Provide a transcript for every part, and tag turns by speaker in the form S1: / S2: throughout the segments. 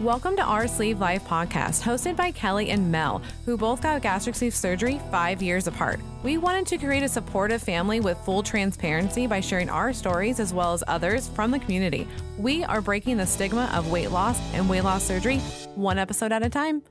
S1: Welcome to our Sleeve Life podcast, hosted by Kelly and Mel, who both got gastric sleeve surgery five years apart. We wanted to create a supportive family with full transparency by sharing our stories as well as others from the community. We are breaking the stigma of weight loss and weight loss surgery one episode at a time.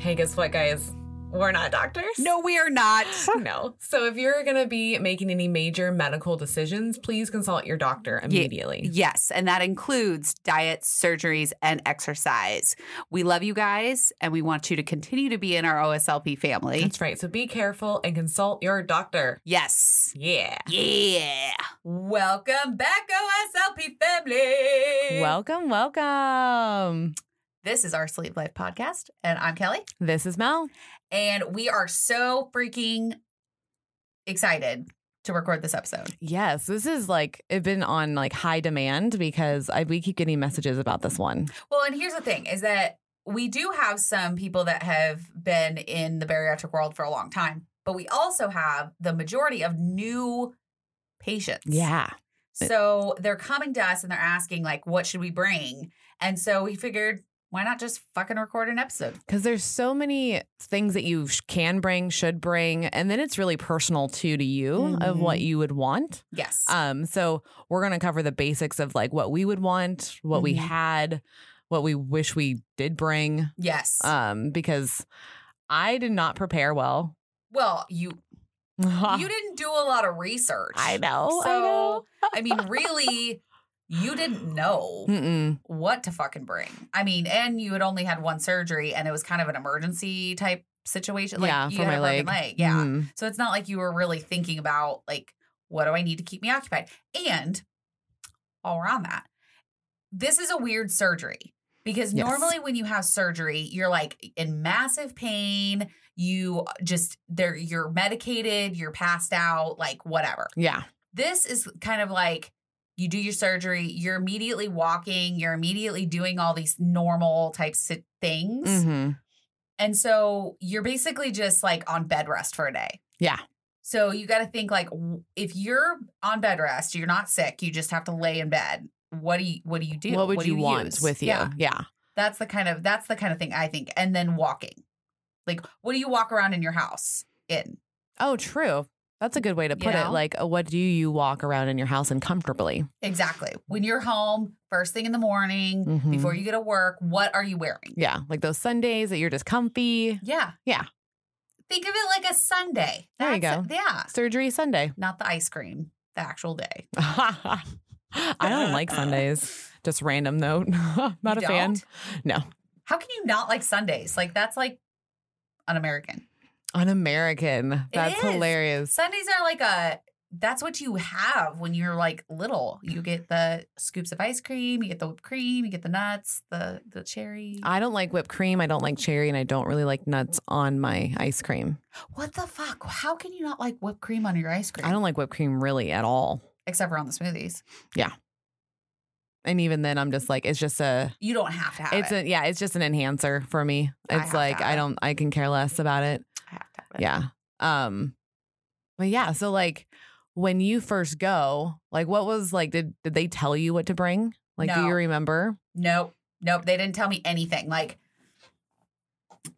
S1: Hey, guess what, guys? We're not doctors.
S2: No, we are not.
S1: No. So if you're going to be making any major medical decisions, please consult your doctor
S2: Ye-
S1: immediately.
S2: Yes, and that includes diets, surgeries, and exercise. We love you guys, and we want you to continue to be in our OSLP family.
S1: That's right. So be careful and consult your doctor.
S2: yes.
S1: Yeah.
S2: Yeah.
S1: Welcome back,
S2: OSLP family.
S1: Welcome, welcome.
S2: this is our Sleep Life podcast, and I'm Kelly,
S1: This is Mel.
S2: and we are so freaking excited to record this episode.
S1: Yes, this is like it's been on like high demand because I we keep getting messages about this one.
S3: Well, and here's the thing is that we do have some people that have been in the bariatric world for a long time, but we also have the majority of new patients.
S1: Yeah.
S3: So they're coming to us and they're asking, like, what should we bring? And so we figured, why not just fucking record an episode?
S1: Because there's so many things that you sh- can bring, should bring, and then it's really personal too to you of what you would want.
S3: Yes.
S1: Um, so we're gonna cover the basics of like what we would want, what we
S2: Mhm.
S1: had, what we wish we did bring.
S3: yes.
S1: Um, because I did not prepare well.
S3: well, you you didn't do a lot of research.
S1: I know. I know.
S3: So I mean, really, you didn't know.
S1: Mm-mm.
S3: what to fucking bring. I mean, and you had only had one surgery and it was kind of an emergency type situation. Like
S1: yeah,
S3: you
S1: for
S3: had
S1: my
S3: a broken
S1: leg.
S3: Yeah.
S1: Mhm.
S3: So it's not like you were really thinking about like, what do I need to keep me occupied? And while we're on that, this is a weird surgery because
S1: Yes.
S3: normally when you have surgery, you're like in massive pain. You uh, just there you're medicated, you're passed out, like whatever
S1: Yeah.
S3: this is kind of like you do your surgery, you're immediately walking, you're immediately doing all these normal types of things.
S1: hmm
S3: And so you're basically just like on bed rest for a day.
S1: Yeah.
S3: So you got to think like w- if you're on bed rest, you're not sick, you just have to lay in bed. What do you what do you do?
S1: What would
S3: do
S1: you, want
S3: use?
S1: with you?
S3: Yeah.
S1: Yeah.
S3: That's the kind of that's the kind of thing I think. And then walking. Like what do you walk around in your house in?
S1: Oh, true. That's a good way to
S3: You
S1: put it.
S3: know?
S1: Like, uh, what do you walk around in your house and comfortably?
S3: Exactly. When you're home first thing in the morning
S1: Mhm.
S3: before you go to work, what are you wearing?
S1: Yeah. Like those Sundays that you're just comfy.
S3: Yeah.
S1: Yeah.
S3: Think of it like a Sunday.
S1: There you
S3: That's- Yeah.
S1: Surgery Sunday.
S3: Not the ice cream, the actual day.
S1: I don't like Sundays. Just random note. Not a
S3: You
S1: fan.
S3: don't?
S1: No.
S3: How can you not like Sundays? Like, that's like un American.
S1: Un American. That's
S3: is.
S1: hilarious.
S3: Sundays are like a, that's what you have when you're like little. You get the scoops of ice cream, you get the whipped cream, you get the nuts, the, the cherry.
S1: I don't like whipped cream. I don't like cherry, and I don't really like nuts on my ice cream.
S3: what the fuck? How can you not like whipped cream on your ice cream?
S1: I don't like whipped cream really at all.
S3: Except for on the smoothies.
S1: And even then, I'm just like, it's just a,
S3: You don't have to have
S1: it's
S3: it.
S1: a, yeah, it's just an enhancer for me.
S3: I
S1: It's
S3: have to
S1: like
S3: have
S1: I
S3: it.
S1: don't, I can care less about it.
S3: I have to have it.
S1: Yeah. Um, but yeah, so like when you first go, like what was like, did did they tell you what to bring? Like, do
S3: No.
S1: you remember?
S3: Nope. Nope. They didn't tell me anything. Like,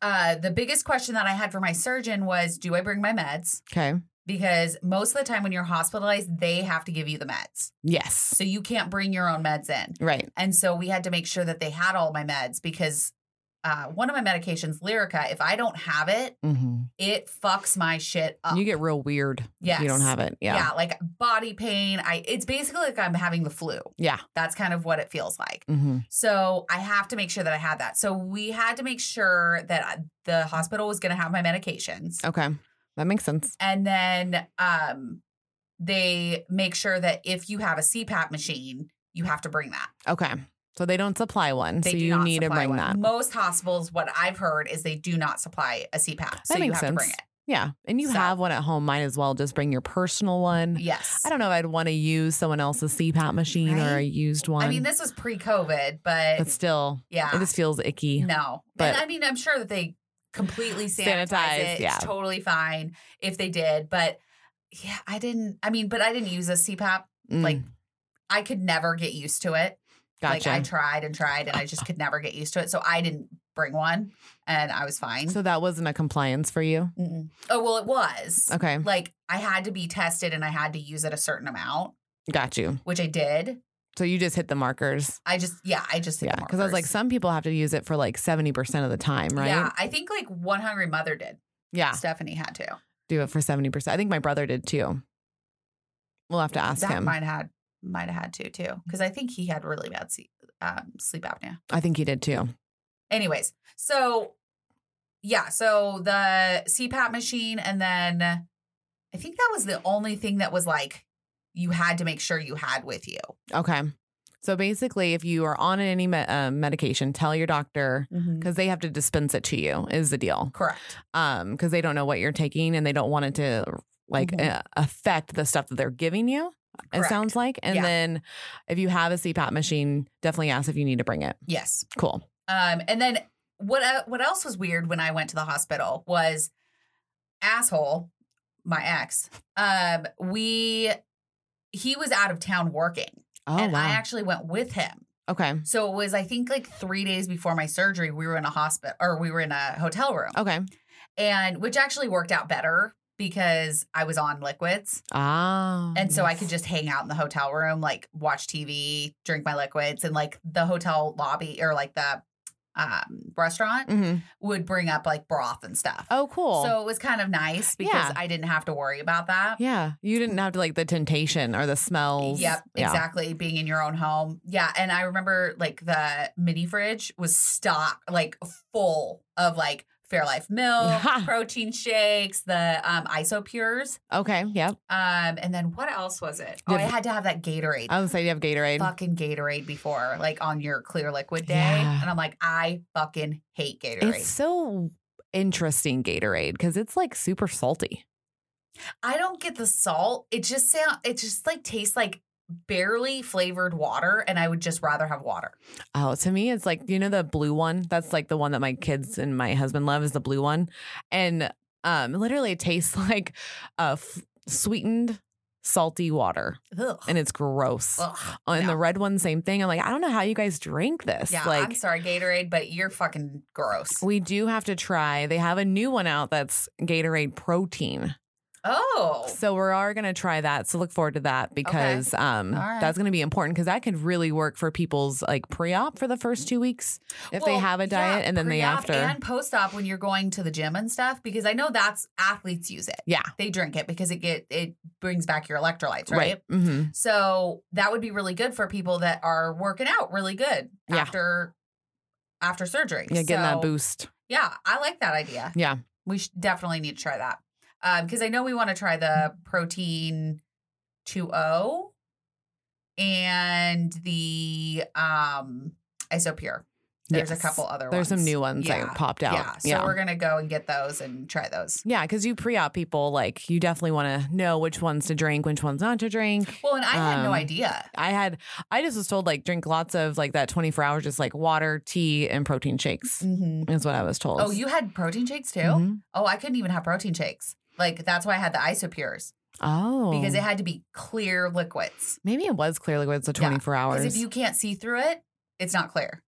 S3: uh, the biggest question that I had for my surgeon was, do I bring my meds?
S1: Okay.
S3: Because most of the time when you're hospitalized, they have to give you the meds.
S1: Yes.
S3: So you can't bring your own meds in.
S1: Right.
S3: And so we had to make sure that they had all my meds because uh, one of my medications, Lyrica, if I don't have it,
S1: hmm
S3: it fucks my shit up.
S1: You get real weird if
S3: yes.
S1: you don't have it. Yeah.
S3: like body pain. I it's basically like I'm having the flu.
S1: Yeah.
S3: That's kind of what it feels like.
S1: hmm
S3: So I have to make sure that I had that. So we had to make sure that I- the hospital was going to have my medications.
S1: Okay. That makes sense.
S3: And then um, they make sure that if you have a CPAP machine, you have to bring that.
S1: Okay. So they don't supply one.
S3: They
S1: so
S3: do
S1: you
S3: not
S1: need to
S3: supply
S1: bring
S3: one.
S1: that.
S3: Most hospitals, what I've heard is they do not supply a CPAP. so you
S1: makes
S3: have to bring
S1: sense.
S3: it.
S1: Yeah. And you
S3: So-
S1: have one at home. Might as well just bring your personal one.
S3: Yes.
S1: I don't know if I'd want to use someone else's CPAP machine or a
S3: Right?
S1: used one.
S3: I mean, this was pre COVID, but
S1: but still,
S3: yeah.
S1: it just feels icky.
S3: No.
S1: But-
S3: and I mean, I'm sure that they completely sanitize,
S1: Sanitize,
S3: it.
S1: yeah.
S3: It's totally fine if they did. But yeah, I didn't. I mean, but I didn't use a CPAP.
S1: Mm.
S3: Like, I could never get used to it. Like
S1: Gotcha.
S3: I tried and tried and I just could never get used to it. So I didn't bring one and I was fine.
S1: so that wasn't a compliance for you.
S3: Mm-mm. oh, well, it was.
S1: Okay.
S3: Like I had to be tested and I had to use it a certain amount,
S1: Got you.
S3: which I did.
S1: So you just hit the markers.
S3: I just, yeah, I just, hit
S1: Yeah.
S3: the
S1: Because I was like,
S3: markers.
S1: some people have to use it for like 70% of the time, right?
S3: Yeah, I think like One Hungry Mother did.
S1: Yeah.
S3: Stephanie had to.
S1: Do it for 70%. I think my brother did too. We'll have to ask
S3: Zach
S1: him.
S3: might had might have had to too, because I think he had really bad sleep, um, sleep apnea.
S1: I think he did too.
S3: Anyways, so yeah, so the CPAP machine, and then I think that was the only thing that was like you had to make sure you had with you.
S1: Okay. So basically, if you are on any me- uh, medication, tell your doctor because they have to dispense it to you, is the deal.
S3: Correct.
S1: Um, because they don't know what you're taking and they don't want it to like
S3: Mhm.
S1: uh, affect the stuff that they're giving you. It
S3: Correct.
S1: sounds like. And
S3: Yeah.
S1: then if you have a CPAP machine, definitely ask if you need to bring it.
S3: Yes.
S1: Cool.
S3: Um, and then what uh, what else was weird when I went to the hospital was asshole, my ex. Um, we he was out of town working,
S1: Oh,
S3: and
S1: wow.
S3: I actually went with him.
S1: okay.
S3: So it was I think like three days before my surgery, we were in a hospital or we were in a hotel room,
S1: Okay.
S3: and which actually worked out better because I was on liquids,
S1: Ah.
S3: and so I
S1: yes.
S3: could just hang out in the hotel room, like watch TV, drink my liquids, and like the hotel lobby or like the um restaurant
S1: Mhm.
S3: would bring up like broth and stuff.
S1: Oh, cool.
S3: So it was kind of nice because
S1: Yeah.
S3: I didn't have to worry about that.
S1: yeah, you didn't have to like the temptation or the smells.
S3: Yep,
S1: Yeah.
S3: exactly. Being in your own home. Yeah. And I remember like the mini fridge was stocked, like full of like Fairlife milk, protein shakes, the um, Isopures.
S1: Okay. Yep.
S3: Um, and then what else was it? Oh,
S1: Did-
S3: I had to have that Gatorade.
S1: I would say you have Gatorade.
S3: Fucking Gatorade before, like on your clear liquid day.
S1: Yeah.
S3: And I'm like, I fucking hate Gatorade.
S1: It's so interesting Gatorade because it's like super salty.
S3: I don't get the salt. It just sound it just like tastes like barely flavored water and I would just rather have water.
S1: Oh, to me, it's like you know the blue one. That's like the one that my kids and my husband love is the blue one, and um, literally it tastes like uh, f- sweetened salty water,
S3: Ugh.
S1: and it's gross.
S3: Ugh.
S1: Oh, and
S3: no.
S1: the red one, same thing. I'm like, I don't know how you guys drink this.
S3: Yeah,
S1: like,
S3: I'm sorry Gatorade, but you're fucking gross.
S1: We do have to try. They have a new one out that's Gatorade protein.
S3: Oh.
S1: So we are going to try that. So look forward to that because um,
S3: All right.
S1: that's going to be important because that could really work for people's like pre-op for the first two weeks if they
S3: Well,
S1: have a
S3: yeah,
S1: diet and then the
S3: pre-op
S1: after.
S3: and post-op when you're going to the gym and stuff because I know that's athletes use it.
S1: yeah.
S3: They drink it because it get it brings back your electrolytes, right?
S1: Right. hmm
S3: So that would be really good for people that are working out really good
S1: Yeah.
S3: after after surgery.
S1: Yeah, getting
S3: So-
S1: that boost.
S3: Yeah, I like that idea.
S1: Yeah.
S3: We sh- definitely need to try that because I know we want to try the protein 2O and the um isopure. There's
S1: Yes.
S3: a couple other
S1: There's
S3: ones.
S1: some new ones
S3: yeah.
S1: that popped out.
S3: Yeah, so
S1: yeah.
S3: we're gonna go and get those and try those.
S1: Yeah, because you pre-op people, like you definitely want to know which ones to drink, which ones not to drink.
S3: Well, and I had no
S1: Um,
S3: idea.
S1: I had, I just was told like drink lots of like that 24 hours, just like water, tea, and protein shakes.
S3: Mm-hmm.
S1: is what I was told.
S3: Oh, you had protein shakes too?
S1: Mhm.
S3: Oh, I couldn't even have protein shakes. Like that's why I had the isopures
S1: Oh,
S3: because it had to be clear liquids.
S1: maybe it was clearly within the
S3: Yeah,
S1: twenty four
S3: Because
S1: hours.
S3: if you can't see through it, it's not clear.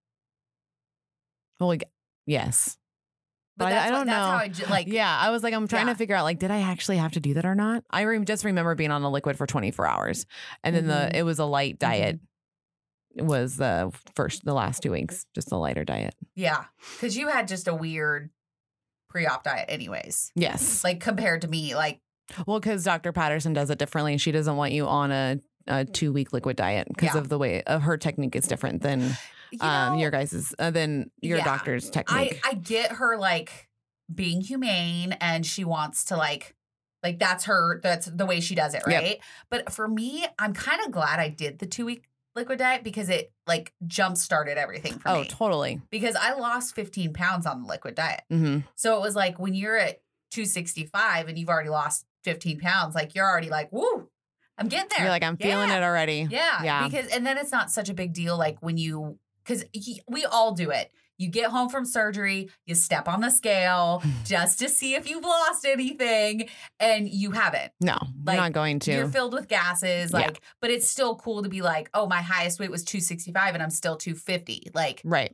S1: well, like, yes,
S3: But
S1: But I-
S3: that's
S1: I
S3: what-
S1: don't
S3: that's
S1: know.
S3: how I ju- like.
S1: yeah. I was like, I'm trying
S3: Yeah.
S1: to figure out like, did I actually have to do that or not? I rem just remember being on a liquid for twenty four hours, and then
S3: Mm-hmm.
S1: the it was a light diet. Was the first the last two weeks just a lighter diet?
S3: Yeah. Because you had just a weird pre op diet, anyways.
S1: Yes.
S3: Like compared to me, like,
S1: Well, because Dr. Patterson does it differently. She doesn't want you on a, a two week liquid diet because
S3: Yeah.
S1: of the way of her technique is different than
S3: you
S1: um
S3: know,
S1: your guys's uh, than your
S3: Yeah.
S1: doctor's
S3: I,
S1: technique.
S3: I get her like being humane and she wants to like, like that's her, that's the way she does it,
S1: Yep.
S3: right? But for me, I'm kind of glad I did the two week liquid diet because it like jump started everything for
S1: oh,
S3: me.
S1: totally.
S3: because I lost 15 pounds on the liquid diet.
S1: hmm
S3: So it was like when you're at 265 and you've already lost 15 pounds, like you're already like, woo, I'm getting there.
S1: You're like, I'm feeling it already.
S3: Yeah.
S1: Yeah.
S3: Because, and then it's not such a big deal like when you, because we all do it. You get home from surgery, you step on the scale just to see if you've lost anything, and you haven't.
S1: No,
S3: Like,
S1: we're not going
S3: You're
S1: to.
S3: filled with gases,
S1: Yeah.
S3: like, but it's still cool to be like, oh, my highest weight was 265 and I'm still 250. Like,
S1: Right.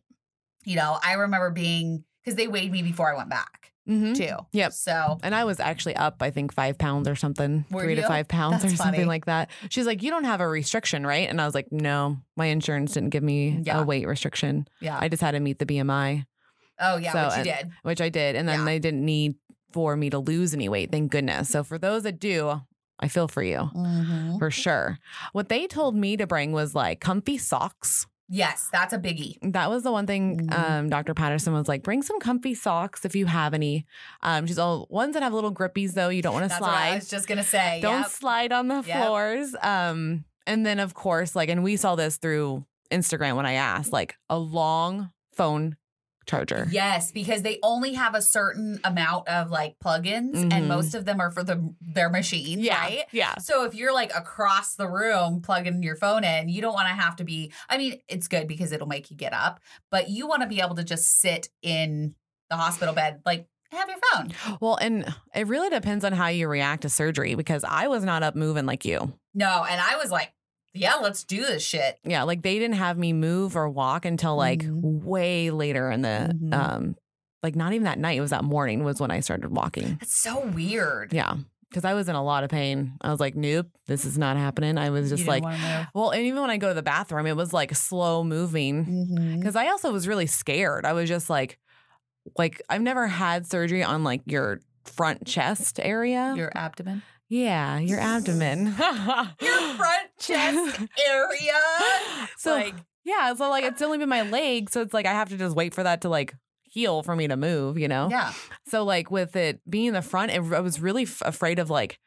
S3: you know, I remember being because they weighed me before I went back
S1: Mm-hmm.
S3: too.
S1: Yep.
S3: So
S1: And I was actually up, I think, five pounds or something,
S3: Were
S1: three to
S3: you?
S1: five pounds
S3: That's
S1: or something
S3: funny.
S1: like that. She's like, You don't have a restriction, right? And I was like, No, my insurance didn't give me
S3: Yeah.
S1: a weight restriction.
S3: yeah.
S1: I just had to meet the BMI,
S3: oh yeah,
S1: So,
S3: what you
S1: and-
S3: did.
S1: which I did. And then
S3: Yeah.
S1: they didn't need for me to lose any weight, thank goodness. So for those that do, I feel for you
S3: Mm-hmm.
S1: for sure. What they told me to bring was like comfy socks.
S3: Yes, that's a biggie.
S1: That was the one thing
S3: Mhm.
S1: um, Dr. Patterson was like, bring some comfy socks if you have any. Um, she's all ones that have little grippies though. You don't want to
S3: That's what I
S1: slide.
S3: was just gonna say.
S1: Don't
S3: Yep.
S1: slide on the
S3: Yep.
S1: floors. Um, and then of course, like, and we saw this through Instagram when I asked, like a long phone charger.
S3: Yes, because they only have a certain amount of like plugins,
S1: Mhm.
S3: and most of them are for the their machine, right?
S1: Yeah.
S3: So if you're like across the room plugging your phone in, you don't want to have to be. I mean, it's good because it'll make you get up, but you want to be able to just sit in the hospital bed, like have your phone.
S1: Well, and it really depends on how you react to surgery because I was not up moving like you.
S3: No, and I was like, yeah, let's do this shit.
S1: Yeah, like they didn't have me move or walk until like
S3: Mhm.
S1: way later in the
S3: Mhm.
S1: um like not even that night, it was that morning was when I started walking.
S3: That's so weird.
S1: Yeah. Cause I was in a lot of pain. I was like, nope, this is not happening. I was just like, well, and even when I go to the bathroom, it was like slow moving.
S3: Mhm.
S1: Cause I also was really scared. I was just like, like I've never had surgery on like your front chest area.
S3: your abdomen,
S1: yeah, your abdomen.
S3: your front chest area.
S1: so
S3: like
S1: yeah, so like it's only been my leg, so it's like I have to just wait for that to like heal for me to move, you know?
S3: yeah,
S1: So like with it being the front, it, I was really f- afraid of like,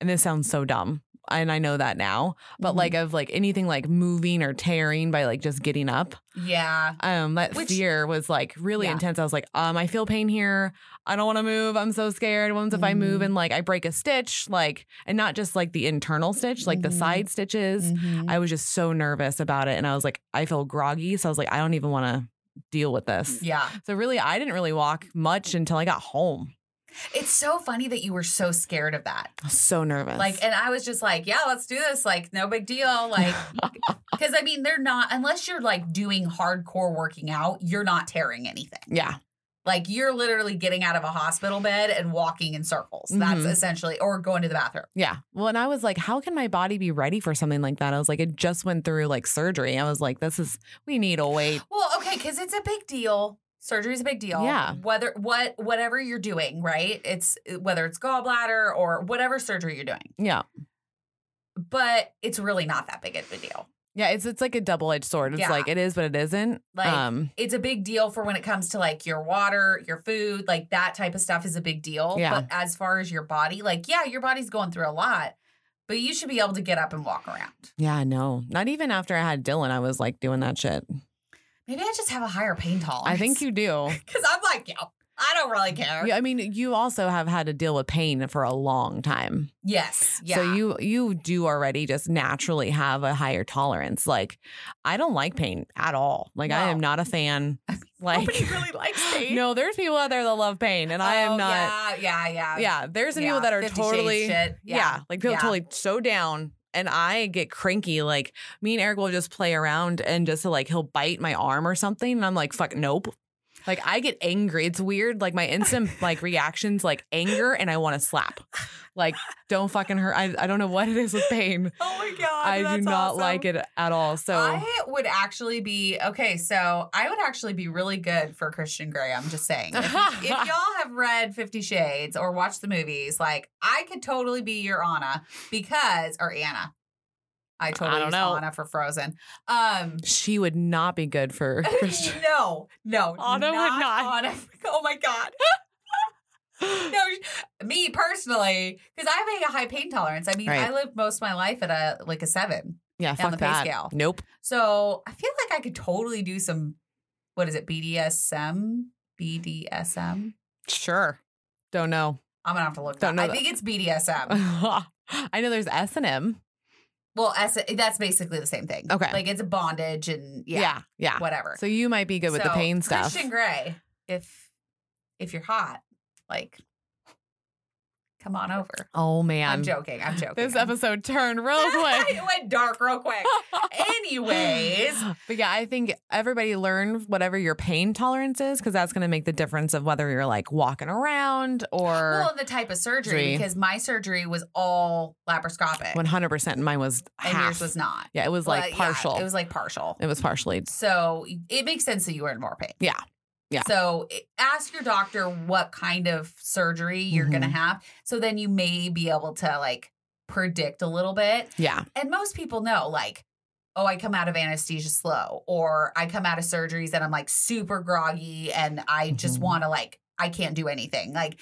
S1: and this sounds so dumb, and I know that now, but
S3: Mhm.
S1: like of like anything like moving or tearing by like just getting up.
S3: yeah.
S1: Um, that
S3: Which-
S1: fear was like really
S3: Yeah.
S1: intense. I was like, um, I feel pain here. I don't want to move. I'm so scared. What if I move
S3: Mhm.
S1: and like I break a stitch, like, and not just like the internal stitch, like the
S3: Mhm.
S1: side stitches.
S3: Mm-hmm.
S1: I was just so nervous about it. And I was like, I feel groggy. So I was like, I don't even want to deal with this.
S3: yeah,
S1: So really, I didn't really walk much until I got home.
S3: it's so funny that you were so scared of that.
S1: I was so nervous.
S3: Like, and I was just like, yeah, let's do this. Like, no big deal. Like, because I mean, they're not unless you're like doing hardcore working out, you're not tearing anything.
S1: yeah.
S3: Like, you're literally getting out of a hospital bed and walking in circles. That's
S1: Mhm.
S3: essentially, or going to the bathroom.
S1: Yeah. Well, and I was like, how can my body be ready for something like that? I was like, it just went through like surgery. I was like, this is, we need a wait.
S3: Well, okay, because it's a big deal. Surgery's a big deal.
S1: Yeah.
S3: Whether what whatever you're doing, right? It's uh, whether it's gallbladder or whatever surgery you're doing,
S1: Yeah.
S3: but it's really not that big of a deal.
S1: Yeah. It's, it's like a double edged sword. It's
S3: Yeah.
S1: like, it is, but it isn't.
S3: Like
S1: um,
S3: it's a big deal for when it comes to like your water, your food, like that type of stuff is a big deal.
S1: Yeah.
S3: But as far as your body, like yeah, your body's going through a lot, but you should be able to get up and walk around.
S1: yeah, no, not even after I had Dylan, I was like doing that shit.
S3: Maybe I just have a higher pain tolerance.
S1: I think you do.
S3: because I'm like yeah, I don't really care.
S1: Yeah, I mean, you also have had to deal with pain for a long time.
S3: Yes. Yeah.
S1: So you you do already just naturally have a higher tolerance. Like I don't like pain at all. Like I
S3: No.
S1: am not a fan.
S3: nobody
S1: Like
S3: really likes pain.
S1: no, there's people out there that love pain, and I
S3: Oh,
S1: am not. Yeah,
S3: Yeah, yeah, yeah.
S1: there's some
S3: Yeah,
S1: people that are
S3: 50 Shades
S1: totally
S3: shit.
S1: yeah. like people
S3: yeah.
S1: totally so down. And I get cranky. Like me and Eric will just play around and just like he'll bite my arm or something, and I'm like, fuck, nope. Like I get angry. It's weird. Like my instant like reactions like anger and I want to slap. Like don't fucking hurt. I, I don't know what it is with pain.
S3: Oh my god.
S1: I do not like it at all. So
S3: I would actually be okay. So I would actually be really good for Christian Grey. I'm just saying. If, if y'all have read Fifty Shades or watched the movies, like I could totally be your Anna because or Anna. I totally
S1: don't
S3: use
S1: know.
S3: Anna for Frozen. Um,
S1: she would not be good for Christian.
S3: no, no,
S1: Anna would not.
S3: Anna. Oh my god. no, me personally, because I have a high pain tolerance. I mean,
S1: Right.
S3: I lived most of my life at a like a seven,
S1: yeah,
S3: the
S1: fuck
S3: pay
S1: that.
S3: scale.
S1: Nope.
S3: so I feel like I could totally do some. What is it? BDSM, BDSM.
S1: Sure. Don't know.
S3: I'm gonna have to look.
S1: Don't
S3: that.
S1: know
S3: I think it's BDSM.
S1: I know there's S and M.
S3: Well, S- that's basically the same thing.
S1: Okay.
S3: Like it's a bondage and yeah,
S1: yeah. yeah.
S3: whatever.
S1: So you might be good with the
S3: So,
S1: pain stuff.
S3: Christian Gray, if if you're hot, like come on over.
S1: oh
S3: I'm
S1: man.
S3: joking. I'm joking.
S1: This
S3: I'm-
S1: episode turned real quick.
S3: it went dark real quick. Anyways,
S1: But yeah, I think everybody learn whatever your pain tolerance is because that's going to make the difference of whether you're like walking around or
S3: well, the type of surgery
S1: Surgery.
S3: because my surgery was all laparoscopic,
S1: 100%. Mine was
S3: and
S1: half.
S3: yours was not.
S1: yeah, it was like
S3: But, yeah,
S1: partial.
S3: it was like partial.
S1: partially.
S3: So it makes sense that you were in more pain.
S1: Yeah. Yeah.
S3: So i- ask your doctor what kind of surgery you're going to
S1: Mhm.
S3: have. So then you may be able to like predict a little bit.
S1: Yeah.
S3: And most people know, like, oh, I come out of anesthesia slow, or I come out of surgeries and I'm like super groggy and I just
S1: Mhm.
S3: want to, like, I can't do anything. Like,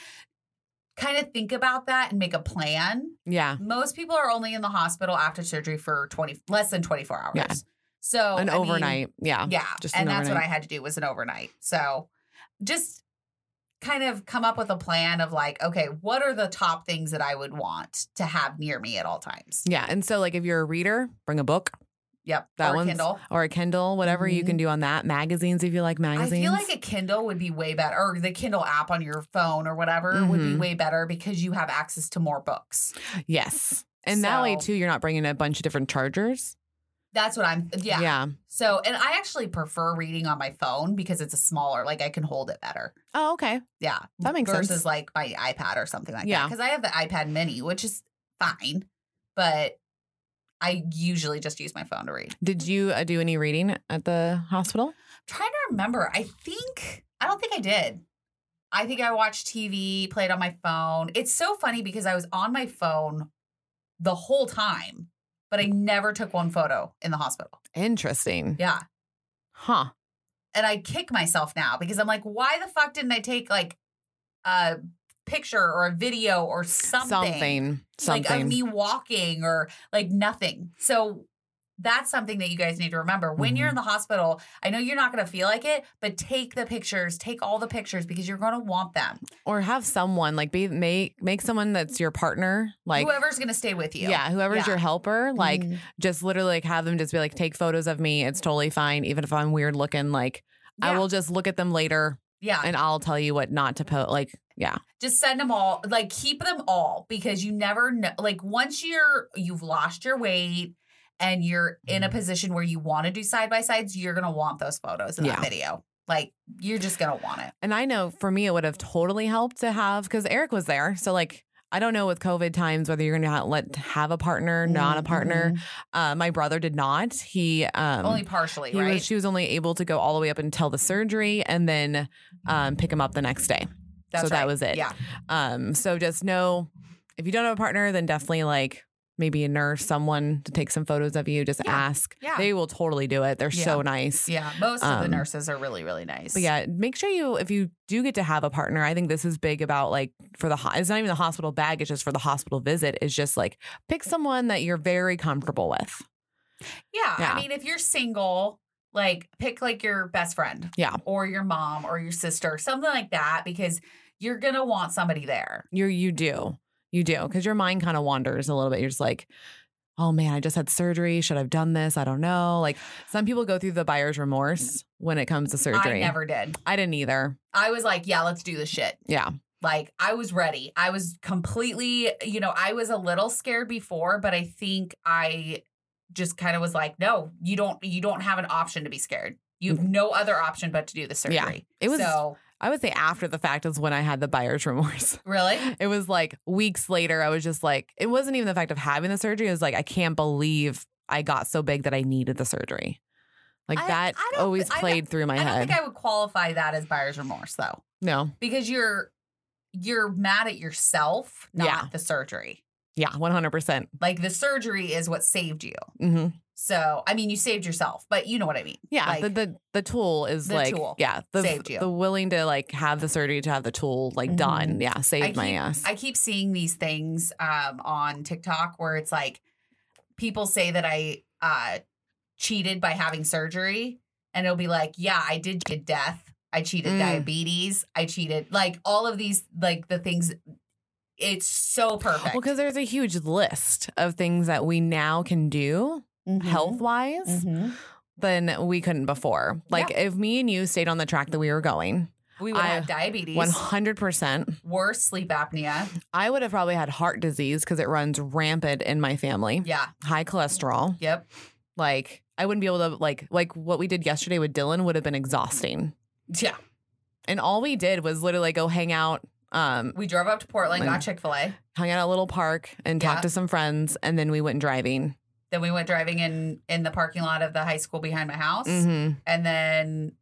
S3: kind of think about that and make a plan.
S1: Yeah.
S3: Most people are only in the hospital after surgery for 20, less than 24 hours.
S1: Yeah.
S3: So,
S1: An
S3: Oh, I mean,
S1: overnight. yeah.
S3: yeah.
S1: Just
S3: and
S1: an
S3: that's what I
S1: overnight.
S3: had to do was an overnight. So just kind of come up with a plan of like, okay, what are the top things that I would want to have near me at all times?
S1: Yeah. And so, like, if you're a reader, bring a book
S3: Yep.
S1: That
S3: or
S1: one's
S3: Kindle.
S1: or a Kindle, whatever you
S3: Mhm.
S1: can do on that. Magazines, if you like
S3: I
S1: magazines.
S3: feel like a Kindle would be way better, or the Kindle app on your phone or whatever would be
S1: Mhm.
S3: way better because you have access to more books.
S1: yes. And that way,
S3: So-
S1: too, you're not bringing a bunch of different chargers.
S3: That's what I'm, yeah.
S1: Yeah.
S3: So, and I actually prefer reading on my phone because it's a smaller, like I can hold it better.
S1: Oh, okay.
S3: Yeah.
S1: That makes
S3: versus
S1: sense.
S3: like my iPad or something like
S1: Yeah.
S3: that. Because I have the iPad mini, which is fine, but I usually just use my phone to read.
S1: Did you uh, do any reading at the hospital?
S3: trying to remember. I think I don't think I did. I think I watched TV, played on my phone. It's so funny because I was on my phone the whole time, but I never took one photo in the hospital.
S1: Interesting.
S3: Yeah.
S1: Huh.
S3: And I kick myself now because I'm like, why the fuck didn't I take like a picture or a video or something?
S1: Something. Something.
S3: Like of me walking or like nothing. So that's something that you guys need to remember. When you're in
S1: Mm-hmm.
S3: the hospital, I know you're not going to feel like it, but take the pictures, take all the pictures because you're going to want them.
S1: or have someone like be make make someone that's your partner like
S3: Whoever's going to stay with you.
S1: yeah whoever's
S3: Yeah.
S1: your helper like
S3: Mhm.
S1: just literally like have them just be like take photos of me it's totally fine even if i'm weird looking like i
S3: Yeah.
S1: will just look at them later
S3: Yeah.
S1: and i'll tell you what not to post like yeah
S3: just send them all like keep them all because you never know like once you're you've lost your weight and you're in
S1: Mm-hmm.
S3: a position where you want to do side by sides you're gonna want those photos and
S1: Yeah.
S3: that video like you're just gonna want it
S1: and i know for me it would have totally helped to have because eric was there so like I don't know with COVID times whether you're going to let have a partner, not a partner. Uh, my brother did not. He um,
S3: Mm-hmm. only partially
S1: He
S3: right
S1: was, she was only able to go all the way up until the surgery and then um, pick him up the next day. so that
S3: right.
S1: was it.
S3: yeah
S1: Um, so just know if you don't have a partner, then definitely like maybe a nurse, someone to take some photos of you. Just
S3: Yeah.
S1: ask.
S3: Yeah.
S1: They will totally do it. They're so
S3: Yeah.
S1: nice.
S3: yeah most of the
S1: Um,
S3: nurses are really really nice
S1: But yeah, make sure you if you do get to have a partner. I think this is big about like for the ho- it's not even the hospital bag. It's just for the hospital visit. It's just like pick someone that you're very comfortable with.
S3: yeah,
S1: Yeah.
S3: i mean if you're single like pick like your best friend
S1: Yeah.
S3: or your mom or your sister something like that because you're gonna want somebody there
S1: you you do you do because your mind kind of wanders a little bit you're just like oh man i just had surgery should i've done this i don't know like some people go through the buyer's remorse when it comes to surgery
S3: i never did
S1: I didn't either
S3: I was like, yeah, let's do this shit.
S1: yeah
S3: Like, I was ready. I was completely, you know, I was a little scared before, but I think I just kind of was like, no, you don't, you don't have an option to be scared. You have no other option but to do the surgery.
S1: Mm-hmm. Yeah. It was-
S3: so
S1: i would say after the fact is when i had the buyer's remorse
S3: really.
S1: it was like weeks later i was just like it wasn't even the fact of having the surgery it was like i can't believe i got so big that i needed the surgery like
S3: I-
S1: that
S3: I don't
S1: always
S3: thi- I don't-
S1: played through my
S3: I don't
S1: head
S3: think I would qualify that as buyer's remorse though,
S1: no
S3: because you're you're mad at yourself, not
S1: Yeah.
S3: the surgery.
S1: yeah 100% percent
S3: Like the surgery is what saved you.
S1: hmm
S3: So I mean, you saved yourself, but you know what I mean.
S1: Yeah,
S3: Like-
S1: the, the the tool is
S3: The
S1: like
S3: tool
S1: yeah, the
S3: saved you.
S1: the willing to like have the surgery to have the tool like
S3: Mhm.
S1: done. Yeah, saved my
S3: keep,
S1: ass.
S3: I keep seeing these things um, on TikTok where it's like people say that I uh, cheated by having surgery, and it'll be like, yeah, I did cheat death. I cheated
S1: Mm.
S3: diabetes. I cheated like all of these, like the things It's so perfect.
S1: Well, because there's a huge list of things that we now can do
S3: Mm-hmm.
S1: health wise than we couldn't before. Like if me and you stayed on the track that we were going,
S3: we would
S1: I-
S3: have diabetes,
S1: one hundred percent,
S3: worse sleep apnea.
S1: I would have probably had heart disease because it runs rampant in my family.
S3: Yeah.
S1: High cholesterol,
S3: Yep.
S1: like. I wouldn't be able to like like what we did yesterday with Dylan would have been exhausting.
S3: Yeah.
S1: And all we did was literally go hang out, um,
S3: We drove up to Portland,
S1: Like-
S3: got Chick fil A.
S1: hung out at a little park and
S3: Yeah.
S1: talked to some friends, and then we went driving.
S3: Then we went driving in in the parking lot of the high school behind my house.
S1: hmm
S3: And then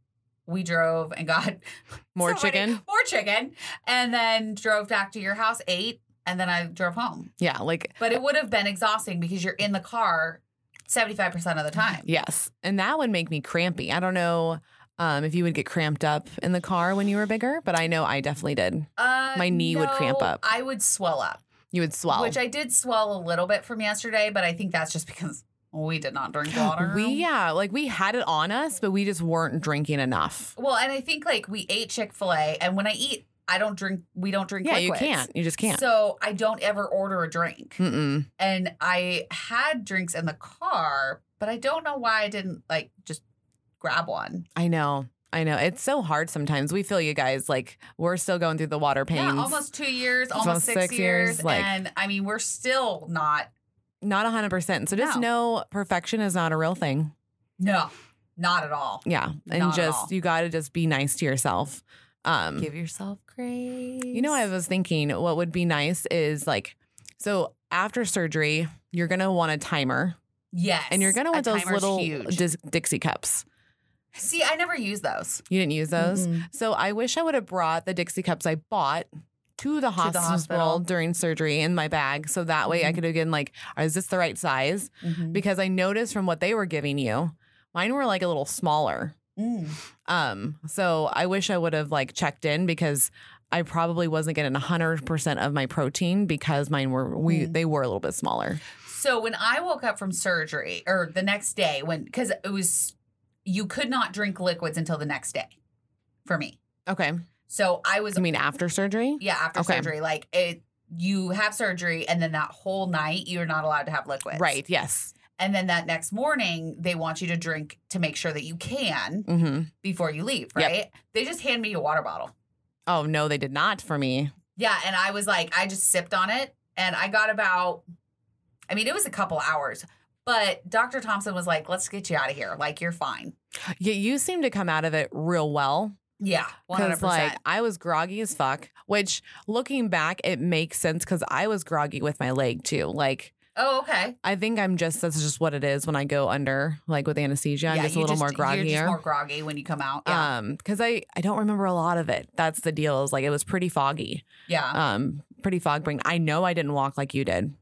S3: we drove and got
S1: More
S3: so funny,
S1: chicken.
S3: More chicken. And then drove back to your house, ate, and then I drove home.
S1: Yeah, like
S3: But it would have been exhausting because you're in the car 75% of the time.
S1: yes, and that would make me crampy. I don't know um, if you would get cramped up in the car when you were bigger, but I know I definitely did.
S3: Uh,
S1: My knee would cramp
S3: no,
S1: up.
S3: I would swell up,
S1: You would swell.
S3: which I did swell a little bit from yesterday, but I think that's just because we did not drink water.
S1: we yeah, like we had it on us, but we just weren't drinking enough.
S3: Well, and I think like we ate Chick fil A, and when I eat, I don't drink, we don't drink
S1: Yeah, you
S3: liquids.
S1: can't. You just can't. Hmm.
S3: So I don't ever order a drink.
S1: Mm-mm.
S3: and I had drinks in the car, but I don't know why I didn't like just grab one.
S1: I know. I know. It's so hard sometimes. We feel you guys. Like we're still going through the water pains.
S3: Yeah, almost two years,
S1: It's
S3: almost six, years,
S1: like-
S3: and I mean we're still not.
S1: Not hundred percent. So just
S3: No.
S1: know perfection is not a real thing.
S3: No, not at all.
S1: Yeah, and
S3: Not at all.
S1: just you got to just be nice to yourself. Um,
S2: Give yourself grace.
S1: You know, I was thinking what would be nice is like, so after surgery, you're gonna want a timer,
S3: Yes,
S1: and you're gonna
S3: A
S1: want those
S3: timer's
S1: little
S3: huge.
S1: dis- Dixie cups.
S3: See, I never use those.
S1: You didn't use those,
S3: Mm-mm.
S1: so I wish I would have brought the Dixie cups I bought. To the, hospital Mm-hmm.
S3: hospital.
S1: during surgery in my bag. So that way I
S3: Mhm.
S1: could again, like, "Uh, is this the right size?
S3: Mhm.
S1: Because I noticed from what they were giving you, mine were like a little smaller.
S3: Mm.
S1: Um, so I wish I would have like checked in because I probably wasn't getting hundred percent of my protein because mine were we
S3: Mhm.
S1: they were a little bit smaller.
S3: So when I woke up from surgery, or the next day, when because it was, you could not drink liquids until the next day, for me.
S1: Okay,
S3: So I was
S1: I mean after surgery.
S3: Yeah, after
S1: Okay.
S3: surgery, like it, you have surgery, and then that whole night you're not allowed to have liquids.
S1: Right. Yes.
S3: And then that next morning they want you to drink to make sure that you can
S1: hmm
S3: before you leave.
S1: Yep.
S3: Right. They just hand me a water bottle.
S1: Oh no, they did not for me.
S3: Yeah, and I was like, I just sipped on it, and I got about, I mean, it was a couple hours. But Dr. Thompson was like, "Let's get you out of here. Like you're fine."
S1: Yeah, you seem to come out of it real well
S3: Yeah, one hundred
S1: because like
S3: percent.
S1: I was groggy as fuck. Which looking back, it makes sense because I was groggy with my leg too. Like
S3: Oh, okay.
S1: I think I'm just that's just what it is when I go under like with anesthesia. I'm just a
S3: you
S1: little more groggier.
S3: You're just more groggy when you come out. Yeah,
S1: Um, 'cause because I I don't remember a lot of it. That's the deal. Is like it was pretty foggy,
S3: yeah.
S1: um, pretty fog brain. I know I didn't walk like you did,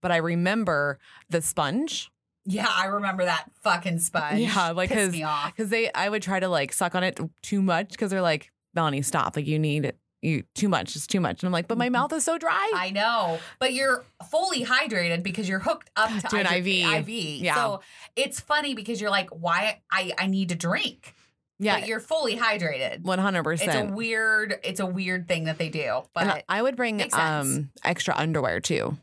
S1: but I remember the sponge
S3: Yeah, I remember that fucking sponge.
S1: Yeah, like,
S3: pissed
S1: 'cause-
S3: me off.
S1: because they I would try to like suck on it too much because they're like Melanie, stop! Like you need it. You too much. It's too much. And I'm like, but my
S3: Mhm.
S1: mouth is so dry.
S3: I know, but you're fully hydrated because you're hooked up to,
S1: To an
S3: IV.
S1: IV.
S3: IV.
S1: Yeah.
S3: So it's funny because you're like, why I I need to drink,
S1: yeah,
S3: but you're fully hydrated.
S1: one hundred
S3: It's a
S1: percent.
S3: weird it's a weird thing that they do,
S1: And
S3: but
S1: I would bring
S3: makes sense.
S1: um extra underwear too.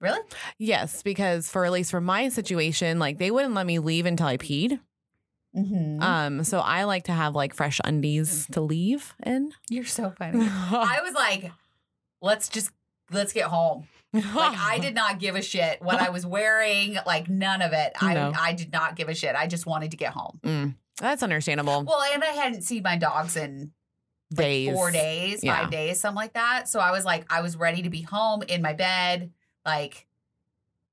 S3: really,
S1: Yes, because for at least for my situation, like they wouldn't let me leave until I peed.
S3: mm-hmm.
S1: Um, so I like to have like fresh undies to leave in.
S3: you're so funny. I was like, let's just let's get home. Like I did not give a shit what I was wearing, like none of it. I
S1: No.
S3: I did not give a shit. I just wanted to get home.
S1: Mm, that's understandable.
S3: Well, and I hadn't seen my dogs in
S1: days.
S3: four days,
S1: Yeah.
S3: five days, something like that. So I was like, I was ready to be home in my bed. Like,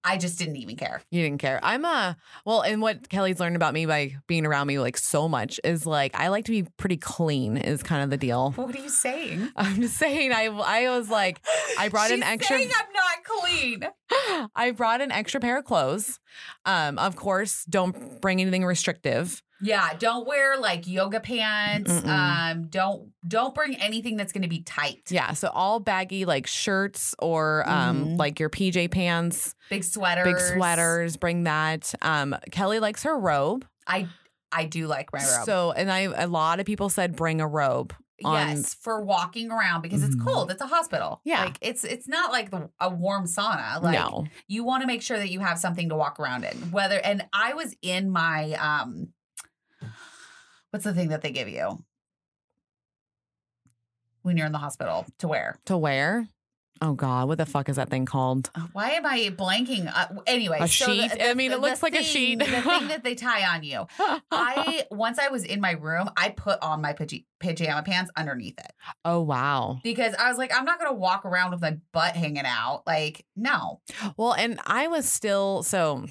S3: I just didn't even care.
S1: You didn't care. I'm a well, and what Kelly's learned about me by being around me like so much is like I like to be pretty clean. Is kind of the deal.
S3: What are you saying?
S1: I'm just saying. I I was like I brought an
S3: She's
S1: extra-
S3: Saying I'm not clean.
S1: I brought an extra pair of clothes. Um, of course, don't bring anything restrictive.
S3: Yeah, don't wear like yoga pants.
S1: Mm-mm.
S3: Um, don't don't bring anything that's going to be tight.
S1: Yeah, so all baggy like shirts or um
S3: Mhm.
S1: like your PJ pants.
S3: Big sweaters.
S1: big sweaters. Bring that. Um, Kelly likes her robe.
S3: I I do like my robe.
S1: So, and I a lot of people said bring a robe. on
S3: yes, for walking around because
S1: Mhm.
S3: it's cold. It's a hospital.
S1: um, Yeah.
S3: like it's it's not like the, a warm sauna. Like
S1: no.
S3: you want to make sure that you have something to walk around in. Whether and I was in my um, what's the thing that they give you when you're in the hospital to wear?
S1: To wear? Oh God, what the fuck is that thing called?
S3: Why am I blanking? Uh, anyway,
S1: A
S3: so the-
S1: sheet?
S3: the-
S1: I mean, it
S3: the
S1: looks like a
S3: thing-
S1: sheet.
S3: the thing that they tie on you. I once I was in my room, I put on my paj- pajama pants underneath it
S1: oh wow.
S3: because I was like, I'm not gonna walk around with my butt hanging out. Like, no,
S1: Well, and I was still so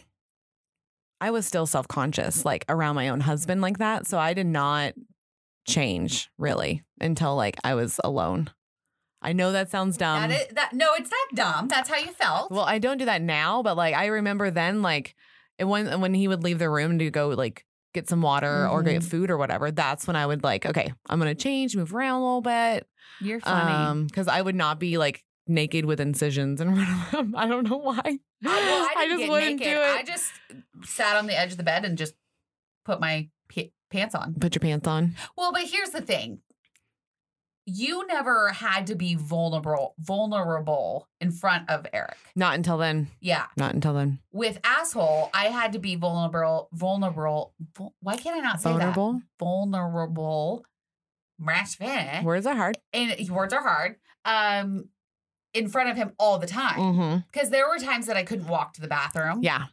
S1: I was still self-conscious like around my own husband like that, so I did not change really until like I was alone. I know that sounds dumb.
S3: that is that. No, it's not dumb. That's how you felt.
S1: Um, well, I don't do that now, but like I remember then like it when when he would leave the room to go like get some water or
S3: Mm-hmm.
S1: get food or whatever, that's when I would like, okay, I'm going to change, move around a little bit.
S2: You're funny.
S1: Um, because I would not be like naked with incisions and I don't know why.
S3: I, well, I, didn't
S1: just
S3: get
S1: wouldn't
S3: naked.
S1: do it.
S3: I just sat on the edge of the bed and just put my p- pants on.
S1: Put your pants on.
S3: Well, but here's the thing. You never had to be vulnerable vulnerable in front of Eric.
S1: Not until then.
S3: Yeah.
S1: Not until then.
S3: With asshole, I had to be vulnerable vulnerable vul- why can't I not say that?
S1: Vulnerable.
S3: Vulnerable. Rash fit.
S1: Words are hard.
S3: And words are hard. Um in front of him all the time.
S1: hmm
S3: Because there were times that I couldn't walk to the bathroom.
S1: Yeah.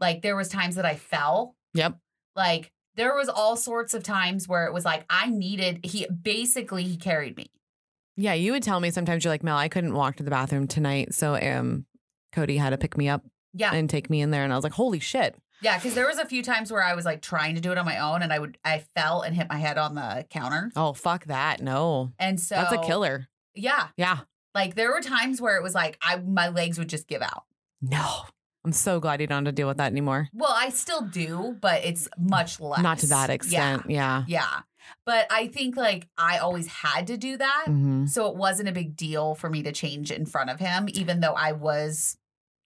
S3: Like there was times that I fell.
S1: Yep.
S3: Like there was all sorts of times where it was like I needed he basically he carried me.
S1: Yeah. You would tell me sometimes you're like, Mel, I couldn't walk to the bathroom tonight. So um Cody had to pick me up
S3: Yeah.
S1: and take me in there. And I was like, holy shit.
S3: Yeah, because there was a few times where I was like trying to do it on my own, and I would I fell and hit my head on the counter,
S1: Oh, fuck that. No.
S3: and so
S1: That's a killer.
S3: Yeah,
S1: Yeah.
S3: like there were times where it was like I my legs would just give out.
S1: No. I'm so glad you don't have to deal with that anymore.
S3: Well, I still do, but it's much less.
S1: Not to that extent. Yeah.
S3: Yeah, yeah. But I think like I always had to do that,
S1: hmm
S3: so it wasn't a big deal for me to change in front of him, even though I was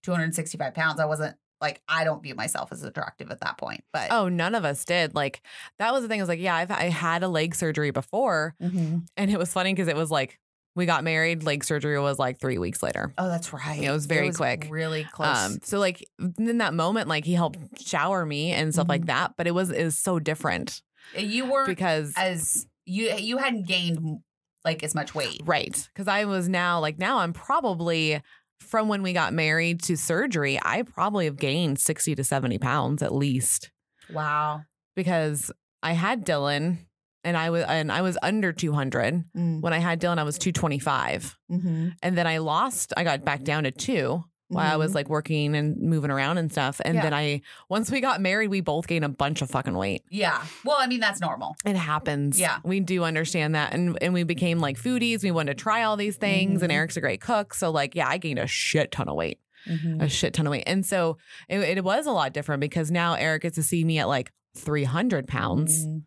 S3: 265 pounds. I wasn't like I don't view myself as attractive at that point, but
S1: Oh, none of us did. Like that was the thing. I was like, yeah, I've I had a leg surgery before,
S3: Mhm.
S1: and it was funny because it was like we got married. Leg surgery was like three weeks later.
S3: oh, that's right.
S1: Yeah, it was very quick.
S3: really close.
S1: Um, so like in that moment, like he helped shower me and stuff
S3: Mm-hmm.
S1: like that, but it was is so different
S3: You weren't
S1: because
S3: as you you hadn't gained like as much weight.
S1: right because I was now like now I'm probably from when we got married to surgery, I probably have gained sixty to seventy pounds at least
S3: Wow.
S1: because I had Dylan and I was and I was under two hundred when I had Dylan. I was two twenty five.
S2: mm-hmm.
S1: And then I lost, I got back down to 2 while I was like working and moving around and stuff. And
S3: Mm-hmm. Yeah.
S1: then I, once we got married, we both gained a bunch of fucking weight.
S3: Yeah. Well, I mean that's normal.
S1: It happens.
S3: Yeah.
S1: We do understand that. And, and we became like foodies. We wanted to try all these things. And
S3: Mhm.
S1: Eric's a great cook. So, like, yeah, I gained a shit ton of weight,
S3: Mm-hmm.
S1: a shit ton of weight. And so it, it was a lot different because now Eric gets to see me at like 300 pounds
S3: Mm.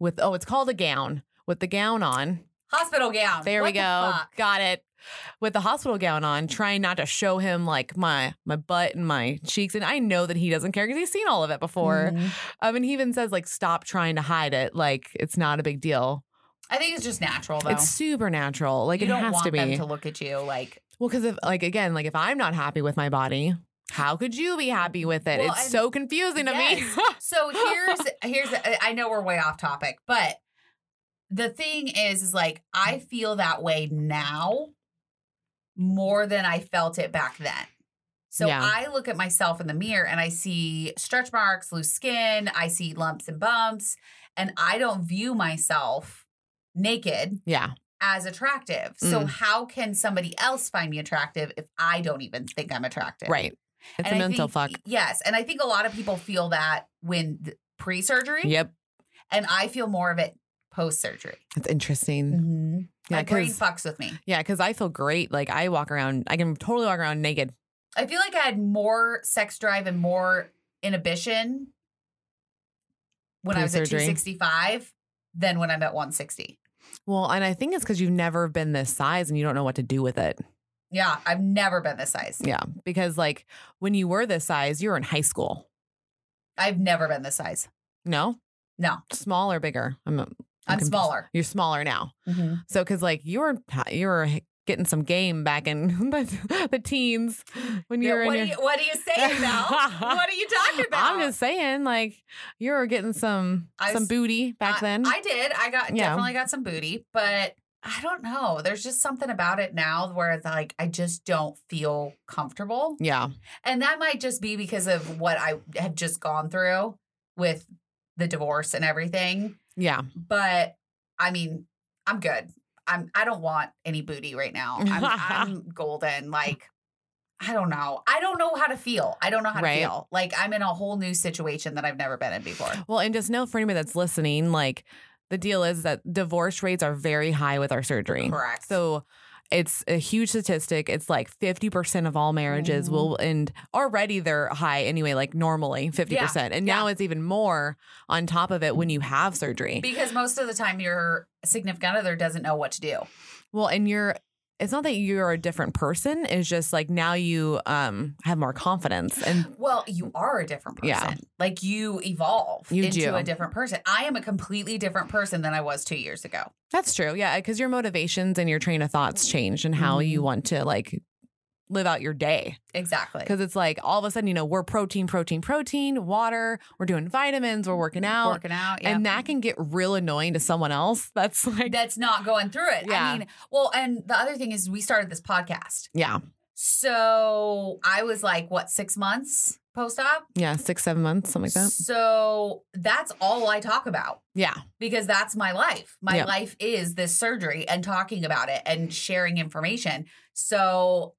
S1: with, oh, it's called a gown with the gown on.
S3: Hospital gown.
S1: There
S3: What
S1: we
S3: the
S1: go.
S3: fuck?
S1: Got it. With the hospital gown on, trying not to show him like my my butt and my cheeks, and I know that he doesn't care because he's seen all of it before.
S3: Mhm.
S1: I mean, he even says like, "Stop trying to hide it. Like it's not a big deal.
S3: I think it's just natural though.
S1: It's supernatural. Like
S3: you
S1: it
S3: don't
S1: has
S3: want
S1: to be.
S3: them to look at you like
S1: well, because if like again, like if I'm not happy with my body, how could you be happy with it?
S3: Well,
S1: it's
S3: and-
S1: so confusing to
S3: Yes.
S1: me.
S3: so here's here's I I know we're way off topic, but the thing is is like I feel that way now more than I felt it back then. So
S1: Yeah.
S3: I look at myself in the mirror and I see stretch marks, loose skin, I see lumps and bumps, and I don't view myself naked
S1: yeah.
S3: as attractive. So
S1: Mm.
S3: how can somebody else find me attractive if I don't even think I'm attractive?
S1: Right. It's
S3: And
S1: a
S3: I
S1: mental fuck.
S3: think- Yes, and I think a lot of people feel that when th- pre-surgery,
S1: Yep.
S3: and I feel more of it post-surgery.
S1: It's interesting.
S3: Mm-hmm.
S1: Yeah,
S3: My brain
S1: 'cause-
S3: fucks with me.
S1: Yeah, because I feel great. Like I walk around, I can totally walk around naked.
S3: I feel like I had more sex drive and more inhibition when I was at
S1: Pre-surgery.
S3: 265 than when I'm at 160.
S1: Well, and I think it's because you've never been this size and you don't know what to do with it.
S3: Yeah, I've never been this size.
S1: Yeah. Because, like, when you were this size, you were in high school.
S3: I've never been this size.
S1: No?
S3: No.
S1: Small or bigger? I'm
S3: I'm
S1: confused.
S3: smaller.
S1: You're smaller now.
S3: Mm-hmm.
S1: So, because like you were, you were getting some game back in the, the teens when you were
S3: what,
S1: in
S3: are
S1: your.
S3: you, what are you saying, Mel? what are you talking about?
S1: I'm just saying, like you were getting some
S3: I
S1: some
S3: was-
S1: booty back
S3: I-
S1: then.
S3: I did. I got
S1: Yeah.
S3: definitely got some booty, but I don't know. There's just something about it now where it's like I just don't feel comfortable.
S1: yeah,
S3: And that might just be because of what I have just gone through with the divorce and everything.
S1: yeah.
S3: But I mean, I'm good. I'm I don't want any booty right now. I'm, I'm golden. Like I don't know. I don't know how to feel. I don't know how
S1: Right.
S3: to feel. Like I'm in a whole new situation that I've never been in before.
S1: Well, and just know for anybody that's listening, like the deal is that divorce rates are very high with our surgery.
S3: Correct.
S1: So it's a huge statistic. It's like 50% of all marriages
S3: Mm-hmm.
S1: will end already they're high anyway, like normally 50%. and now it's even more on top of it when you have surgery.
S3: Because most of the time your significant other doesn't know what to do.
S1: well, and you're it's not that you're a different person, it's just like now you um have more confidence and
S3: Well, you are a different person.
S1: Yeah.
S3: Like you evolve
S1: You
S3: into
S1: do.
S3: a different person. I am a completely different person than I was two years ago.
S1: that's true. Yeah, cuz your motivations and your train of thoughts change and how you want to like live out your day.
S3: Exactly.
S1: Because it's like all of a sudden, you know, we're protein, protein, protein, water, we're doing vitamins, we're working out.
S3: Working out. Yeah.
S1: And that can get real annoying to someone else. That's like,
S3: that's not going through it.
S1: Yeah.
S3: I mean, well, and the other thing is we started this podcast.
S1: yeah,
S3: So I was like, what, six months post op?
S1: yeah, six, seven months, something like that.
S3: So that's all I talk about.
S1: Yeah,
S3: because that's my life. My
S1: Yeah.
S3: life is this surgery and talking about it and sharing information. So,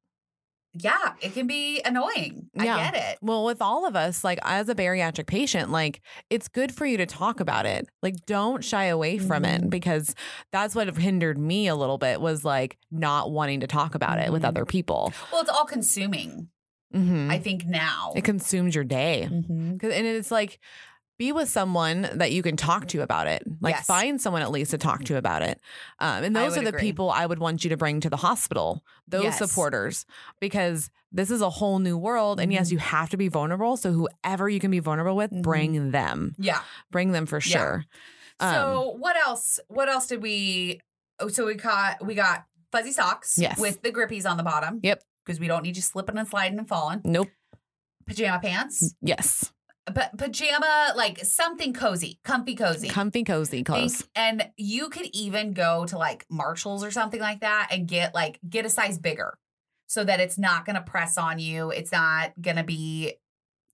S3: yeah, it can be annoying.
S1: Yeah.
S3: I get it.
S1: Well, with all of us, like as a bariatric patient, like it's good for you to talk about it. Like don't shy away from it
S3: Mhm.
S1: because that's what hindered me a little bit was like not wanting to talk about it with
S3: Mhm.
S1: other people.
S3: Well, it's all consuming,
S1: hmm
S3: I think, now.
S1: it consumes your day.
S3: Mhm.
S1: 'Cause- and it's like be with someone that you can talk to about it like
S3: Yes.
S1: find someone at least to talk to about it um, and
S3: I
S1: those are
S3: would
S1: the
S3: agree.
S1: people i would want you to bring to the hospital those
S3: Yes.
S1: supporters because this is a whole new world and
S3: Mm-hmm.
S1: yes you have to be vulnerable so whoever you can be vulnerable with bring them
S3: Yeah.
S1: bring them for
S3: Mm-hmm. Yeah.
S1: sure Um,
S3: So, what else? What else did we? Oh, so we caught we got fuzzy socks
S1: Yes.
S3: with the grippies on the bottom.
S1: Yep.
S3: Because we don't need you slipping and sliding and falling.
S1: nope
S3: Pajama pants,
S1: yes
S3: but pajama like something cozy, comfy cozy.
S1: comfy cozy
S3: think-
S1: clothes
S3: and you could even go to like Marshalls or something like that and get like get a size bigger so that it's not going to press on you. It's not going to be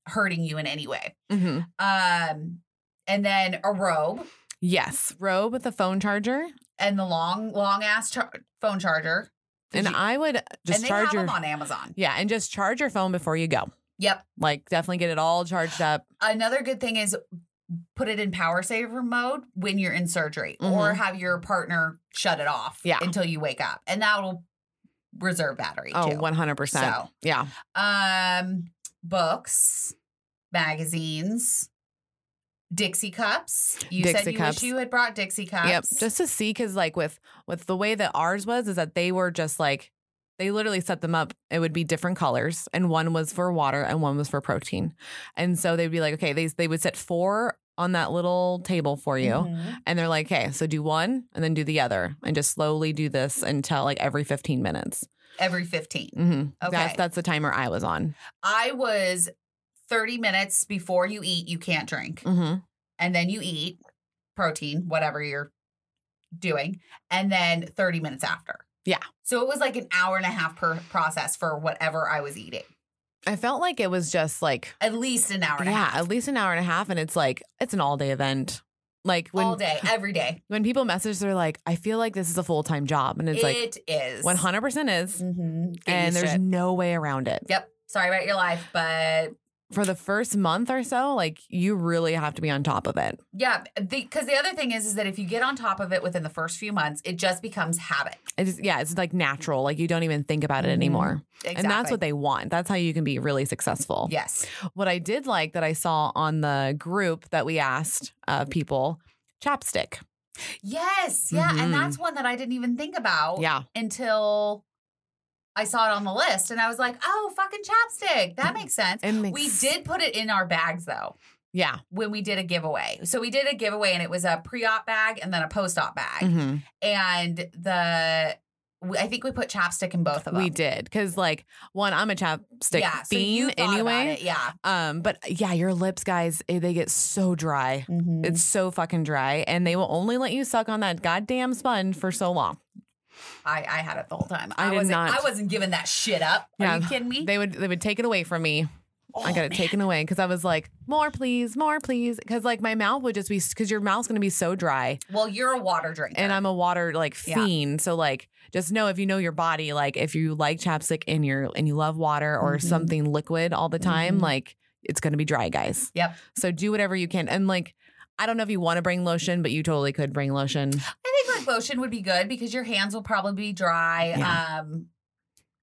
S3: hurting you in any way.
S1: hmm
S3: Um and then a robe
S1: yes robe with a phone charger
S3: and the long long ass char- phone charger.
S1: and
S3: you-
S1: i would just
S3: and they
S1: charge
S3: have
S1: your
S3: them on Amazon.
S1: yeah and just charge your phone before you go
S3: Yep.
S1: like definitely get it all charged up
S3: Another good thing is put it in power saver mode when you're in surgery or have your partner shut it off
S1: Mm-hmm. Yeah.
S3: until you wake up and that will reserve battery
S1: Oh,
S3: too.
S1: 100%.
S3: So.
S1: Yeah.
S3: um books magazines dixie cups you
S1: Dixie
S3: said you
S1: cups.
S3: wish you had brought dixie cups
S1: Yep. Just to see cuz like with with the way that ours was is that they were just like they literally set them up. It would be different colors and one was for water and one was for protein. And so they'd be like, "Okay, they they would set four on that little table for you."
S3: Mhm.
S1: And they're like, "Okay, so do one and then do the other and just slowly do this until like every 15 minutes."
S3: every 15
S1: Mhm. That's
S3: Okay.
S1: that's the timer I was on.
S3: i was 30 minutes before you eat you can't drink
S1: Mhm.
S3: and then you eat protein whatever you're doing and then 30 minutes after
S1: Yeah.
S3: so it was like an hour and a half per process for whatever i was eating
S1: I felt like it was just like
S3: at least an hour and a
S1: yeah,
S3: half
S1: at least an hour and a half and it's like it's an all-day event. Like when
S3: all day every day
S1: when people message, they're like, I feel like this is a full time job. And it's like,
S3: It is.
S1: 100% is.
S3: Mhm. Get
S1: And
S3: used to
S1: there's
S3: it.
S1: no way around it.
S3: yep. Sorry about your life, but
S1: For the first month or so, like you really have to be on top of it.
S3: yeah, because the, other thing is, is that if you get on top of it within the first few months, it just becomes habit.
S1: It's yeah, it's like natural. Like you don't even think about it
S3: Mhm.
S1: anymore.
S3: Exactly.
S1: And that's what they want. That's how you can be really successful.
S3: Yes.
S1: What I did like that I saw on the group that we asked uh, people chapstick.
S3: Yes. Yeah.
S1: Mhm.
S3: And that's one that I didn't even think about
S1: Yeah.
S3: until I saw it on the list, and I was like, oh, fucking chapstick. That makes sense.
S1: It makes
S3: we did put it in our bags though.
S1: Yeah.
S3: when we did a giveaway. So we did a giveaway and it was a pre-op bag and then a post-op bag.
S1: Mm-hmm.
S3: And the we- I think we put chapstick in both of them.
S1: We did because, like, one, I'm a chapstick
S3: yeah, so you
S1: fiend
S3: thought about
S1: anyway.
S3: it, Yeah.
S1: Um, but yeah, your lips, guys, eh, they get so dry.
S3: Mm-hmm.
S1: It's so fucking dry, and they will only let you suck on that goddamn sponge for so long.
S3: I, I had it the whole time.
S1: I did
S3: wasn't
S1: not.
S3: I wasn't giving that shit up. Are
S1: Yeah.
S3: you kidding me? Oh,
S1: They would they would take it away from me. I got it taken away because I was like, more please, more please, because like my mouth would just be because your mouth's gonna be so dry,
S3: well, you're a water drinker.
S1: and I'm a water like
S3: Yeah.
S1: fiend. So like, just know if you know your body, like if you like chapstick and you're and you love water or
S3: Mhm.
S1: something liquid all the time,
S3: Mhm.
S1: like it's gonna be dry, guys.
S3: Yep.
S1: So do whatever you can, and like. I don't know if you want to bring lotion, but you totally could bring lotion.
S3: I think like lotion would be good because your hands will probably be dry. Um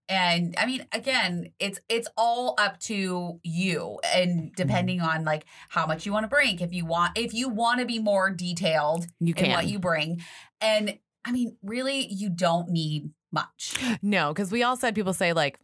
S3: and I mean again, it's it's all up to you
S1: Mm-hmm.
S3: and depending on like how much you want to bring. If you want if you want to be more detailed
S1: You
S3: in
S1: can.
S3: what you bring. And I mean, really you don't need much.
S1: no, because we all said people say like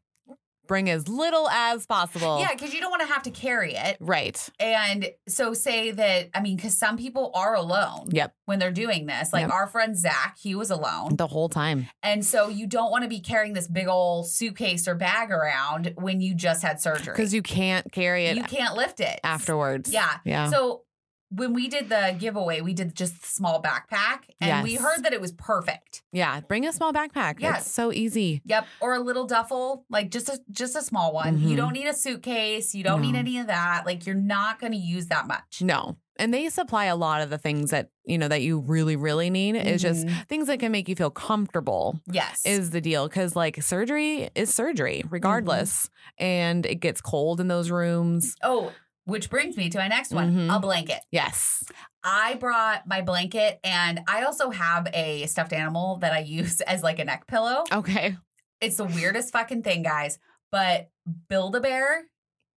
S1: bring as little as possible.
S3: Yeah, because you don't want to have to carry it.
S1: Right.
S3: And so say that I mean, because some people are alone
S1: Yep.
S3: when they're doing this. Like
S1: Yep.
S3: our friend Zach, he was alone.
S1: The whole time.
S3: And so you don't want to be carrying this big old suitcase or bag around when you just had surgery.
S1: Because you can't carry it
S3: You can't lift it.
S1: afterwards.
S3: Yeah.
S1: Yeah.
S3: So when we did the giveaway, we did just the small backpack and we
S1: Yes.
S3: heard that it was perfect.
S1: yeah. Bring a small backpack.
S3: Yeah.
S1: It's so easy.
S3: Yep, or a little duffel, like just a just a small one. You
S1: Mhm.
S3: don't need a suitcase, you don't need
S1: No.
S3: any of that. Like you're not going to use that much.
S1: No. And they supply a lot of the things that, you know, that you really, really need. It's just things that can make you feel comfortable
S3: Yes.
S1: is the deal. Cause like surgery is surgery regardless. And it gets cold in those rooms.
S3: oh, which brings me to my next one,
S1: Mhm.
S3: a blanket.
S1: Yes.
S3: I brought my blanket and I also have a stuffed animal that I use as like a neck pillow.
S1: Okay.
S3: It's the weirdest fucking thing, guys. But Build a Bear,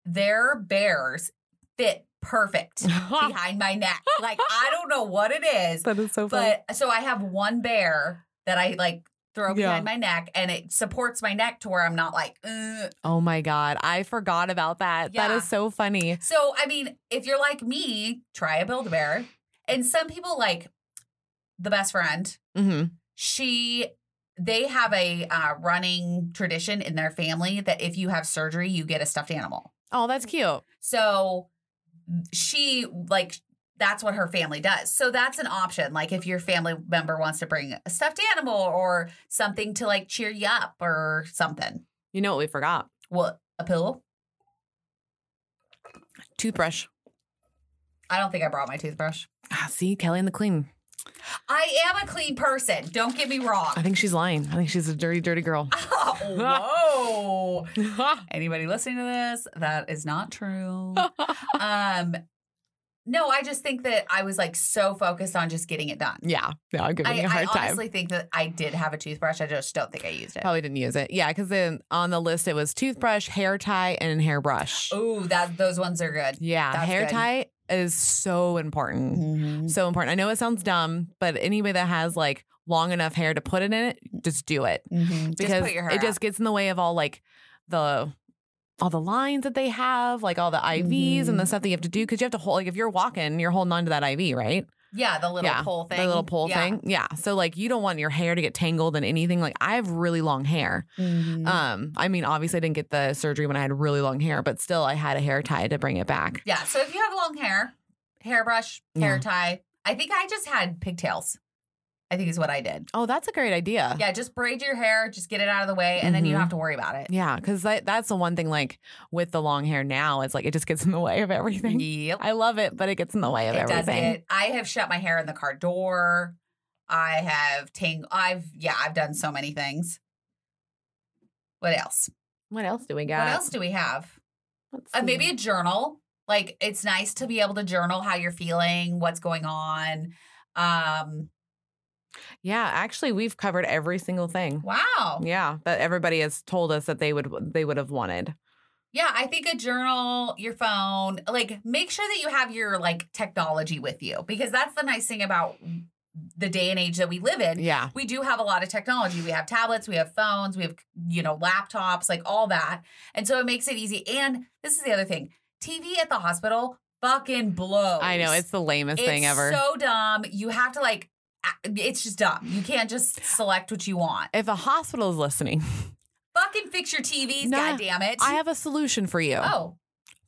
S3: their bears fit perfect
S1: that
S3: behind my neck. Like I don't know what it is,
S1: is so funny.
S3: but so I have one bear that I like throw
S1: Yeah.
S3: behind my neck, and it supports my neck to where I'm not like. "Ugh."
S1: Oh my God. I forgot about that. That
S3: Yeah.
S1: is so funny.
S3: So I mean, if you're like me, try a Build a Bear, and some people like the best friend.
S1: hmm
S3: she they have a uh, running tradition in their family that if you have surgery you get a stuffed animal
S1: Oh, that's cute.
S3: so she like that's what her family does so that's an option like if your family member wants to bring a stuffed animal or something to like cheer you up or something
S1: You know what we forgot?
S3: well a pillow
S1: Toothbrush.
S3: i don't think i brought my toothbrush
S1: Ah, see, Kelly and the Queen.
S3: i am a clean person don't get me wrong
S1: I think she's lying. I think she's a dirty, dirty girl.
S3: whoa anybody listening to this that is not true um no i just think that i was like so focused on just getting it done
S1: yeah. No, I'm giving
S3: I,
S1: you a
S3: I
S1: hard time.
S3: honestly think that i did have a toothbrush i just don't think i used it
S1: Probably didn't use it. Yeah, because then on the list it was toothbrush, hair tie, and hairbrush.
S3: oh that those ones are good
S1: yeah,
S3: that's
S1: hair
S3: good. Mm-hmm.
S1: tie is so important. So important. I know it sounds dumb, but anybody that has like long enough hair to put it in it, just do it
S3: Just
S1: Mm-hmm. because
S3: put your hair
S1: it just gets in the way of all like the all the lines that they have, like all the IVs and
S3: Mm-hmm.
S1: the stuff that you have to do because you have to hold. Like if you're walking, you're holding on to that IV, right?
S3: yeah the little
S1: yeah,
S3: pole thing
S1: The little pole
S3: Yeah.
S1: thing. Yeah. So like you don't want your hair to get tangled in anything. Like I have really long hair.
S3: Mm-hmm.
S1: Um, I mean, obviously I didn't get the surgery when I had really long hair, but still I had a hair tie to bring it back.
S3: yeah so if you have long hair hairbrush hair
S1: Yeah.
S3: tie i think i just had pigtails i think is what i did
S1: Oh, that's a great idea.
S3: yeah just braid your hair just get it out of the way and then you
S1: Mhm.
S3: don't have to worry about it
S1: Yeah, because that, that's the one thing like with the long hair now, it's like it just gets in the way of everything.
S3: yep
S1: Mm-hmm. I love it, but it gets in the way of
S3: it does
S1: everything.
S3: it. I have shut my hair in the car door. I have tang. I've yeah. I've done so many things. What else?
S1: What else do we got?
S3: What else do we have?
S1: Let's
S3: Uh,
S1: see.
S3: maybe a journal. Like it's nice to be able to journal how you're feeling, what's going on. Um.
S1: Yeah, actually we've covered every single thing.
S3: Wow.
S1: Yeah, that everybody has told us that they would they would have wanted.
S3: Yeah. I think a journal, your phone. Like make sure that you have your like technology with you because that's the nice thing about the day and age that we live in.
S1: Yeah.
S3: we do have a lot of technology. We have tablets, we have phones, we have, you know, laptops, like all that. And so it makes it easy. And this is the other thing TV at the hospital fucking blows.
S1: I know it's the lamest
S3: It's
S1: thing ever.
S3: So dumb. You have to like. a- It's just dumb. You can't just select what you want.
S1: if a hospital is listening,
S3: Fucking fix your TVs.
S1: No,
S3: God damn it.
S1: I have a solution for you.
S3: oh,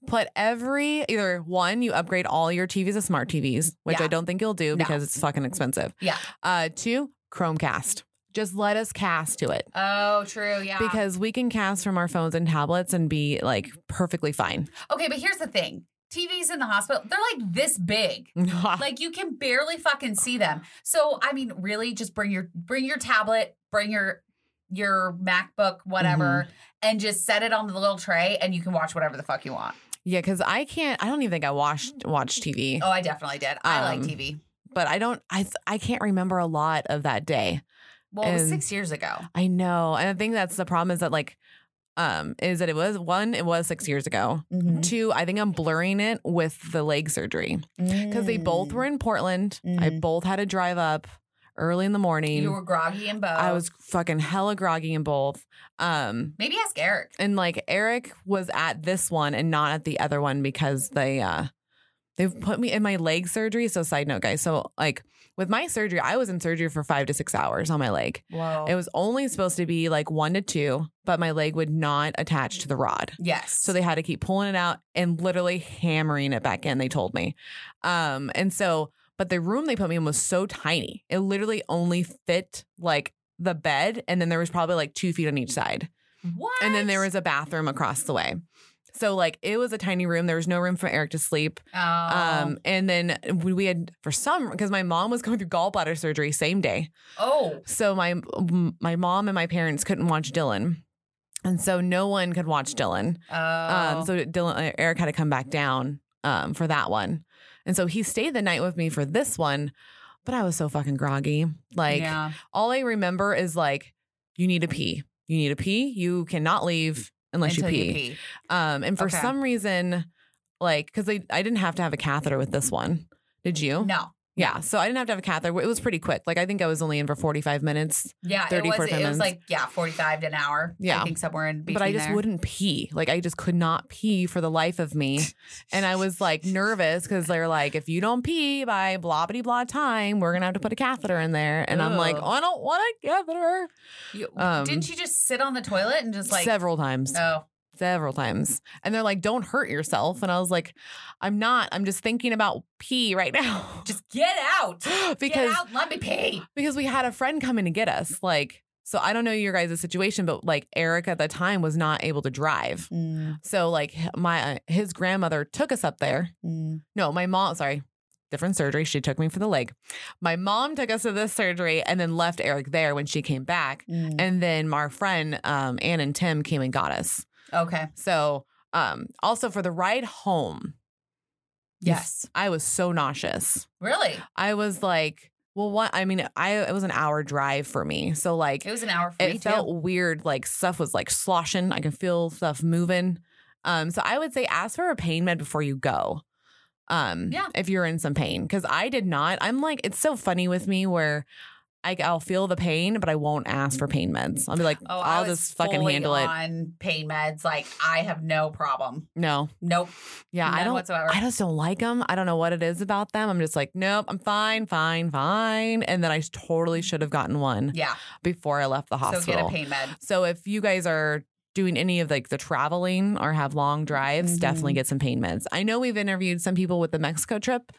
S1: Put every either one, you upgrade all your TVs to smart TVs, which
S3: Yeah.
S1: I don't think you'll do
S3: No.
S1: because it's fucking expensive.
S3: Yeah.
S1: Uh, two, Chromecast. Just let us cast to it.
S3: oh, true. Yeah.
S1: Because we can cast from our phones and tablets and be like perfectly fine.
S3: okay, but here's the thing: TVs in the hospital, they're like this big. Like you can barely fucking see them. So I mean, really, just bring your bring your tablet, bring your your MacBook,
S1: Mm-hmm.
S3: whatever, and just set it on the little tray, and you can watch whatever the fuck you want.
S1: yeah, because I can't. I don't even think I watched watch TV,
S3: Oh, I definitely did. I like
S1: Um,
S3: TV.
S1: but I don't. I I can't remember a lot of that day.
S3: Well, it was
S1: and-
S3: six years ago.
S1: I know, and I think that's the problem is that like, um, is that it was one, it was six years ago.
S3: Mm-hmm.
S1: Two, I think I'm blurring it with the leg surgery because they
S3: Mm.
S1: both were in Portland. I
S3: Mhm.
S1: both had to drive up early in the morning.
S3: You were groggy and both.
S1: I was fucking hella groggy in both. Um,
S3: Maybe ask Eric.
S1: and like Eric was at this one and not at the other one because they uh they've put me in my leg surgery. So side note, guys. So like with my surgery, I was in surgery for five to six hours on my leg.
S3: Whoa.
S1: It was only supposed to be like one to two, but my leg would not attach to the rod.
S3: yes.
S1: So they had to keep pulling it out and literally hammering it back in, they told me. Um, and so, but the room they put me in was so tiny. It literally only fit like the bed, and then there was probably like two feet on each side.
S3: what?
S1: And then there was a bathroom across the way. So like it was a tiny room. There was no room for Eric to sleep.
S3: Oh.
S1: Um, and then we we had for some because my mom was going through gallbladder surgery same day.
S3: oh.
S1: So my my mom and my parents couldn't watch Dylan. And so no one could watch Dylan.
S3: Oh.
S1: Um, so Dylan Eric had to come back down um, for that one. And so he stayed the night with me for this one, but I was so fucking groggy. Like
S3: yeah.
S1: all I remember is like you need to pee. You need to pee. You cannot leave unless
S3: Until
S1: you pee.
S3: you pee.
S1: Um and for
S3: Okay.
S1: some reason like cuz I I didn't have to have a catheter with this one. Did you?
S3: No.
S1: Yeah, so I didn't have to have a catheter. It was pretty quick. Like I think I was only in for 45 minutes.
S3: Yeah.
S1: 30,
S3: it was.
S1: 45
S3: It was
S1: minutes.
S3: like yeah, forty-five to an hour.
S1: Yeah.
S3: I think somewhere in between.
S1: but I just
S3: there.
S1: wouldn't pee. Like I just could not pee for the life of me. and I was like nervous because they're like, if you don't pee by blah blah blah time, we're gonna have to put a catheter in there. And I'm like,
S3: Ugh.
S1: I don't want a catheter.
S3: You-
S1: Um,
S3: didn't you just sit on the toilet and just like?
S1: several times,
S3: Oh.
S1: several times. And they're like, don't hurt yourself. And I was like, I'm not. I'm just thinking about pee right now
S3: Just get out.
S1: because
S3: get out. Let me pee.
S1: because we had a friend coming to get us. Like, so I don't know your guys' situation, but like Eric at the time was not able to drive. So like h- my uh, his grandmother took us up there No, my mom, sorry, different surgery. She took me for the leg. My mom took us to this surgery and then left Eric there when she came back.
S3: Mm.
S1: And then our friend, um, Ann and Tim came and got us.
S3: Okay.
S1: So, um, also for the ride home,
S3: Yes.
S1: I was so nauseous.
S3: Really?
S1: I was like, well, what? I mean, I, it was an hour drive for me. So, like,
S3: It was an hour for me
S1: it felt weird. Like stuff was like sloshing. I could feel stuff moving. Um, so I would say ask for a pain med before you go. Um,
S3: Yeah.
S1: if you're in some pain, because I did not. I'm like, it's so funny with me where I, I'll feel the pain, but I won't ask for pain meds. I'll be like,
S3: too. Oh,
S1: I'll
S3: I was
S1: just fucking
S3: fully
S1: handle it.
S3: On pain meds, like I have no problem.
S1: No,
S3: Nope.
S1: yeah, I
S3: none
S1: don't.
S3: whatsoever.
S1: I just don't like them. I don't know what it is about them. I'm just like, nope, I'm fine, fine, fine. And then I totally should have gotten one
S3: Mm. yeah.
S1: before I left the hospital.
S3: So get a pain med.
S1: So if you guys are doing any of like the traveling or have long drives,
S3: Mhm.
S1: definitely get some pain meds. I know we've interviewed some people with the Mexico trip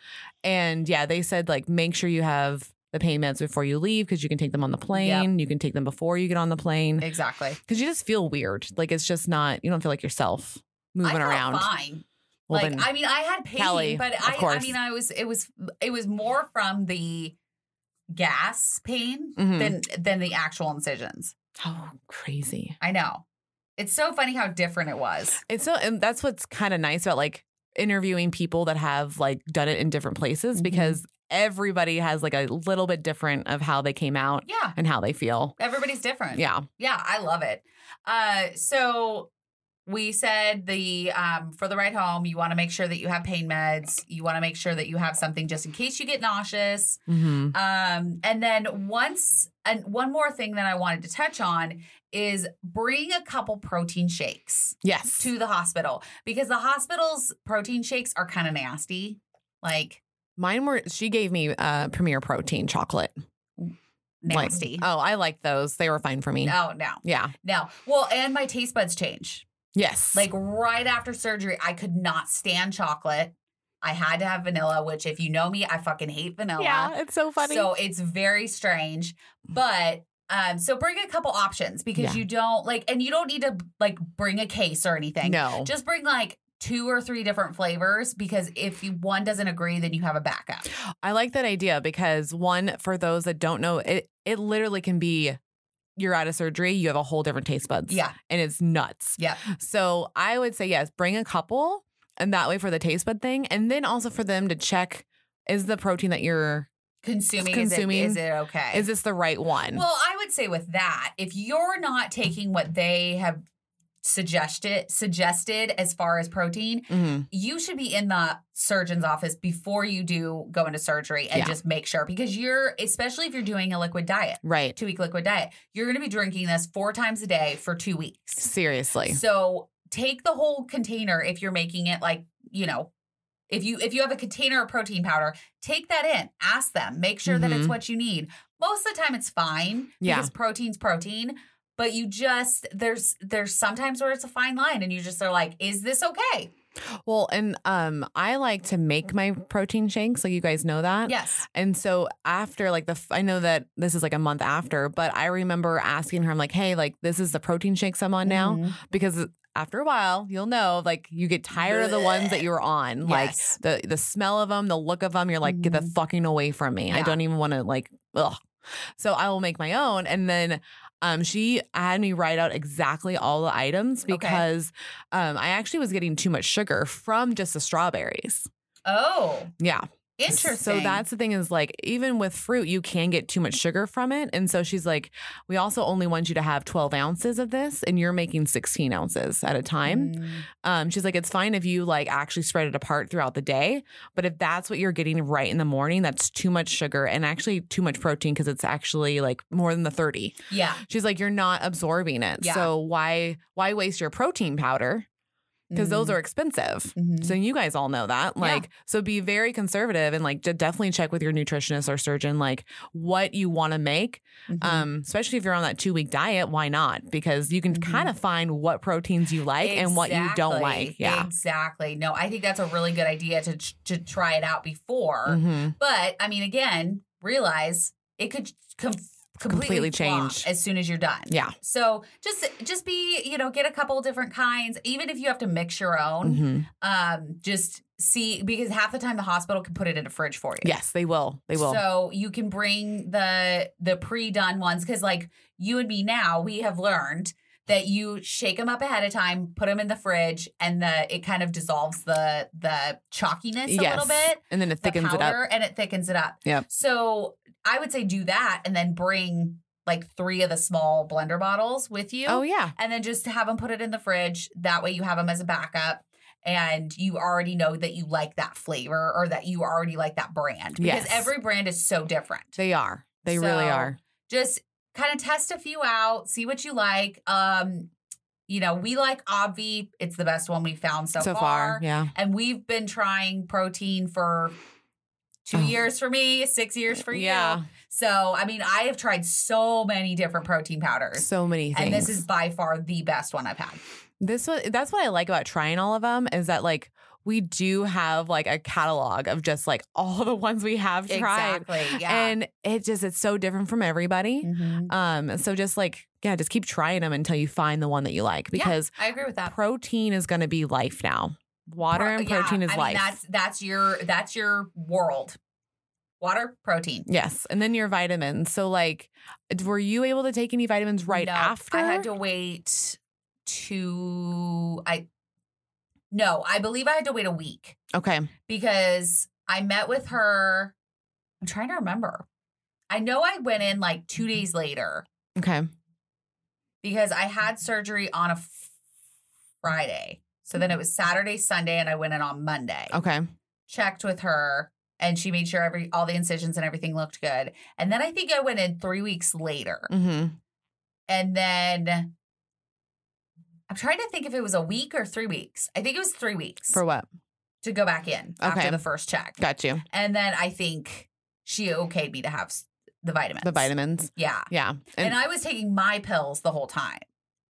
S1: and yeah, they said like make sure you have the pain meds before you leave because you can take them on the plane, you can take them before you get on the plane
S3: Exactly.
S1: because you just feel weird. Like it's just not you don't feel like yourself moving
S3: I felt
S1: around.
S3: Fine.
S1: Well,
S3: like
S1: then-
S3: I mean, I had pain,
S1: Kelly,
S3: but
S1: of
S3: I, I
S1: course.
S3: mean, I was it was it was more from the gas pain
S1: Mhm.
S3: than than the actual incisions.
S1: oh, crazy.
S3: I know. It's so funny how different it was.
S1: It's so, and that's what's kind of nice about like interviewing people that have like done it in different places
S3: Mhm.
S1: because everybody has like a little bit different of how they came out
S3: Yeah.
S1: and how they feel.
S3: Everybody's different.
S1: Yeah.
S3: Yeah, I love it. Uh, so we said the um, for the ride home, you want to make sure that you have pain meds. You want to make sure that you have something just in case you get nauseous.
S1: Mm-hmm.
S3: Um, and then once and one more thing that I wanted to touch on is bring a couple protein shakes
S1: Yes.
S3: to the hospital because the hospital's protein shakes are kind of nasty. Like
S1: Mine were, she gave me uh, Premier Protein chocolate. Like-
S3: nasty. Oh.
S1: oh, I like those. They were fine for me.
S3: no, no,
S1: Yeah.
S3: no. Well, and my taste buds change.
S1: Yes.
S3: Like right after surgery, I could not stand chocolate. I had to have vanilla, which if you know me, I fucking hate vanilla.
S1: yeah, it's so funny.
S3: So it's very strange. But um, so bring a couple options because
S1: Yeah.
S3: you don't like, and you don't need to like bring a case or anything.
S1: no.
S3: Just bring like two or three different flavors because if you, one doesn't agree, then you have a backup.
S1: I like that idea because one, for those that don't know, it it literally can be you're out of surgery, you have a whole different taste buds.
S3: Yeah.
S1: And it's nuts.
S3: Yeah.
S1: So I would say yes, bring a couple and that way for the taste bud thing. And then also for them to check is the protein that you're
S3: Consuming,
S1: Consuming.
S3: Is, it, is it okay?
S1: is this the right one?
S3: well, I would say with that, if you're not taking what they have suggested suggested as far as protein,
S1: Mhm.
S3: you should be in the surgeon's office before you do go into surgery and
S1: Yeah.
S3: just make sure because you're especially if you're doing a liquid diet
S1: Right.
S3: two week liquid diet you're going to be drinking this four times a day for two weeks
S1: Seriously.
S3: so take the whole container if you're making it like you know if you if you have a container of protein powder take that in ask them make sure that it's
S1: Mhm.
S3: what you need most of the time it's fine
S1: Yeah.
S3: because protein's protein but you just there's there's sometimes where it's a fine line and you just are like is this okay
S1: Well, and um I like to make my protein shakes, so you guys know that.
S3: yes
S1: And so after like the f- I know that this is like a month after, but I remember asking her I'm like, "Hey, like this is the protein shakes I'm on
S3: Mm-hmm.
S1: now." because after a while you'll know like you get tired of the ones that you were on
S3: Yes.
S1: like the the smell of them the look of them you're like get the
S3: Mhm.
S1: fucking away from me i
S3: Yeah.
S1: don't even want to like ugh so i will make my own and then um she had me write out exactly all the items because um i actually was getting too much sugar from just the strawberries
S3: Oh,
S1: yeah
S3: interesting.
S1: so that's the thing is like even with fruit, you can get too much sugar from it. And so she's like, we also only want you to have 12 ounces of this, and you're making 16 ounces at a time. Um, she's like, it's fine if you like actually spread it apart throughout the day, but if that's what you're getting right in the morning, that's too much sugar and actually too much protein because it's actually like more than the 30.
S3: yeah.
S1: She's like, you're not absorbing it,
S3: Yeah.
S1: so why why waste your protein powder? Because
S3: Mm-hmm.
S1: those are expensive. So you guys all know that. Like, so be very conservative and like d- definitely check with your nutritionist or surgeon, like what you want to make.
S3: Mm-hmm.
S1: Um, especially if you're on that two week diet, why not? Because you can
S3: Mhm.
S1: kind of find what proteins you like and what you don't like. Yeah.
S3: exactly. No, I think that's a really good idea to to try it out before.
S1: Mhm.
S3: But I mean, again, realize it could com- completely,
S1: Completely
S3: flop
S1: change.
S3: as soon as you're done.
S1: Yeah.
S3: So just just be you know get a couple different kinds, even if you have to mix your own.
S1: Mhm.
S3: Um, just see because half the time the hospital can put it in a fridge for you.
S1: Yes, they will. They will.
S3: So you can bring the the pre-done ones because like you and me now, we have learned that you shake them up ahead of time, put them in the fridge, and the it kind of dissolves the the chalkiness a
S1: yes.
S3: little bit,
S1: And then it
S3: the
S1: thickens it up.
S3: powder, and it thickens it up.
S1: Yep.
S3: So I would say do that, and then bring like three of the small blender bottles with you
S1: Oh, yeah.
S3: and then just have them put it in the fridge. That way you have them as a backup and you already know that you like that flavor or that you already like that brand because
S1: Yes.
S3: every brand is so different.
S1: They are. They really
S3: So-
S1: are.
S3: Just kind of test a few out, see what you like. Um you know, we like Obvi. It's the best one we found so,
S1: So,
S3: far.
S1: far. Yeah.
S3: And we've been trying protein for two
S1: Oh.
S3: years for me, six years for you.
S1: Yeah.
S3: So, I mean, I have tried so many different protein powders.
S1: So many things.
S3: And this is by far the best one I've had.
S1: This was that's what I like about trying all of them is that like we do have like a catalog of just like all the ones we have tried.
S3: Exactly. Yeah.
S1: And it just it's so different from everybody.
S3: Mm-hmm.
S1: Um so just like yeah, just keep trying them until you find the one that you like
S3: Yeah,
S1: because
S3: I agree with that.
S1: protein is going to be life now. Water
S3: Pro-
S1: and
S3: yeah,
S1: protein is
S3: I mean,
S1: life.
S3: That's that's your that's your world. Water, protein.
S1: yes, and then your vitamins. So like were you able to take any vitamins right
S3: No,
S1: after?
S3: I had to wait two. I no, I believe I had to wait a week
S1: Okay.
S3: because I met with her. I'm trying to remember. I know I went in like two days later
S1: Okay.
S3: because I had surgery on a f- Friday. So then it was Saturday, Sunday, and I went in on Monday.
S1: Okay.
S3: Checked with her, and she made sure every all the incisions and everything looked good. And then I think I went in three weeks later,
S1: Mm-hmm.
S3: and then I'm trying to think if it was a week or three weeks. I think it was three weeks
S1: For what?
S3: to go back in
S1: Okay.
S3: after the first check,
S1: Got you.
S3: and then I think she okayed me to have s- the vitamins.
S1: The vitamins.
S3: yeah.
S1: Yeah.
S3: And, I was taking my pills the whole time.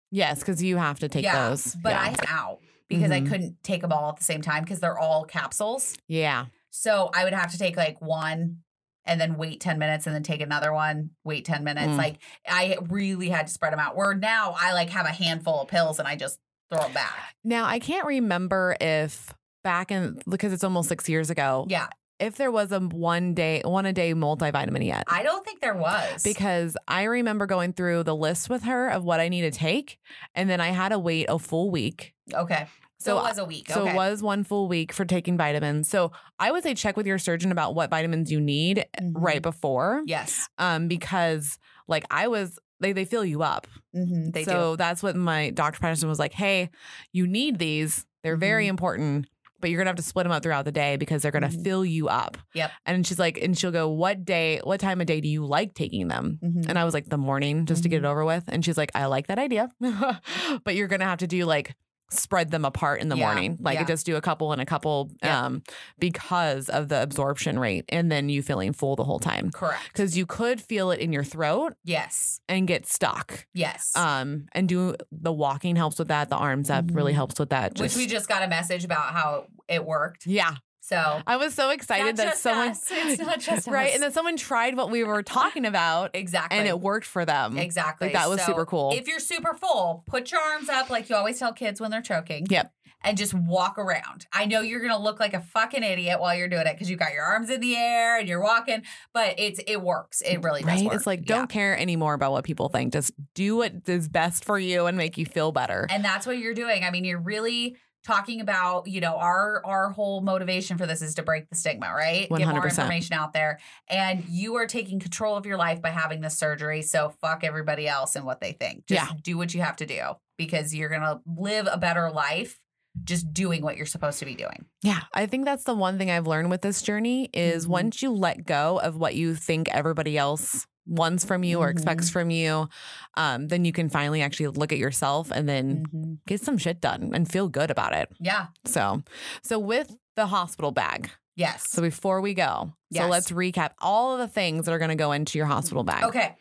S1: yes, because you have to take
S3: yeah,
S1: those.
S3: But
S1: yeah.
S3: I had out because
S1: Mhm.
S3: I couldn't take them all at the same time because they're all capsules.
S1: Yeah.
S3: So I would have to take like one and then wait 10 minutes and then take another one, wait 10 minutes.
S1: Mm.
S3: Like I really had to spread them out. Where now I like have a handful of pills and I just throw them back.
S1: Now I can't remember if back in because it's almost six years ago.
S3: Yeah.
S1: If there was a one day one a day multivitamin yet.
S3: I don't think there was.
S1: because I remember going through the list with her of what I need to take, and then I had to wait a full week.
S3: okay. So,
S1: So
S3: it was a week.
S1: So
S3: okay.
S1: it was one full week for taking vitamins. So I would say check with your surgeon about what vitamins you need
S3: Mhm.
S1: right before,
S3: Yes.
S1: um, because like I was, they they fill you up.
S3: hmm They
S1: so that's what my doctor practitioner was like. Hey, you need these. They're very
S3: Mhm.
S1: important, but you're gonna have to split them up throughout the day because they're gonna
S3: Mhm.
S1: fill you up.
S3: Yep.
S1: And she's like, and she'll go, what day, what time of day do you like taking them?
S3: do. Mhm.
S1: And I was like, the morning, just to get it
S3: Mm-hmm.
S1: over with. And she's like, I like that idea, but you're gonna have to do like spread them apart in the
S3: Yeah,
S1: morning, like
S3: yeah.
S1: just do a couple and a couple,
S3: Yeah.
S1: um, because of the absorption rate, and then you feeling full the whole time.
S3: Correct.
S1: Because you could feel it in your throat
S3: Yes.
S1: and get stuck.
S3: Yes.
S1: Um, and do the walking helps with that. The arms up really
S3: Mhm.
S1: helps with that.
S3: Which we just got a message about how it worked.
S1: yeah.
S3: So
S1: I was so excited
S3: Not
S1: that
S3: just
S1: someone,
S3: us. It's not just
S1: right,
S3: us.
S1: and then someone tried what we were talking about,
S3: exactly.
S1: and it worked for them.
S3: Exactly.
S1: Like, that was
S3: So,
S1: super cool.
S3: If you're super full, put your arms up like you always tell kids when they're choking.
S1: Yep.
S3: And just walk around. I know you're gonna look like a fucking idiot while you're doing it because you got your arms in the air and you're walking, but it's it works. It really does.
S1: right?
S3: Work.
S1: It's like
S3: Yeah.
S1: don't care anymore about what people think. Just do what is best for you and make you feel better.
S3: And that's what you're doing. I mean, you're really talking about, you know, our our whole motivation for this is to break the stigma, right? Get more
S1: 100%.
S3: information out there. And you are taking control of your life by having this surgery. So fuck everybody else and what they think. Just do what you have to do because you're gonna live a better life just doing what you're supposed to be doing.
S1: yeah, I think that's the one thing I've learned with this journey is
S3: Mhm.
S1: once you let go of what you think everybody else wants from you or
S3: Mhm.
S1: expects from you, um, then you can finally actually look at yourself and then
S3: Mm-hmm.
S1: get some shit done and feel good about it.
S3: Yeah.
S1: So, so with the hospital bag.
S3: Yes.
S1: So before we go, so
S3: Yes.
S1: let's recap all of the things that are going to go into your hospital bag.
S3: okay.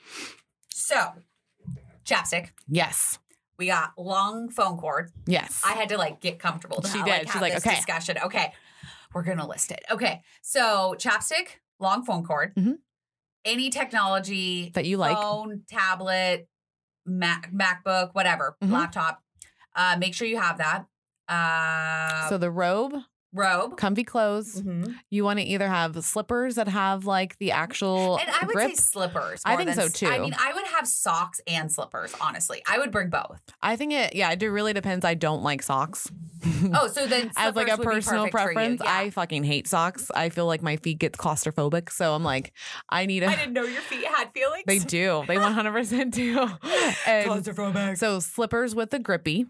S3: So chapstick.
S1: Yes.
S3: We got long phone cord.
S1: Yes.
S3: I had to like get comfortable. To
S1: She
S3: have,
S1: did.
S3: Like,
S1: She's
S3: have
S1: like,
S3: this
S1: "Okay."
S3: discussion. Okay, we're gonna list it. Okay, so chapstick, long phone cord,
S1: Mhm.
S3: any technology,
S1: that you like.
S3: phone, tablet, Mac, MacBook, whatever,
S1: Mhm.
S3: laptop. Uh, make sure you have that. Uh,
S1: so the robe,
S3: robe.
S1: comfy clothes.
S3: Mhm.
S1: You want to either have slippers that have like the actual
S3: And I would
S1: grip.
S3: say slippers.
S1: I
S3: more
S1: think
S3: than
S1: so,
S3: s- I
S1: too.
S3: mean, I would have socks and slippers. Honestly, I would bring both.
S1: I think it. Yeah, it really depends. I don't like socks.
S3: Oh, so then
S1: Mm. As like a
S3: slippers would be
S1: personal
S3: perfect for you.
S1: preference,
S3: Yeah.
S1: I fucking hate socks. I feel like my feet get claustrophobic, so I'm like, I need a.
S3: I didn't know your feet had feelings.
S1: They do. They 100% do. And so slippers with the grippy.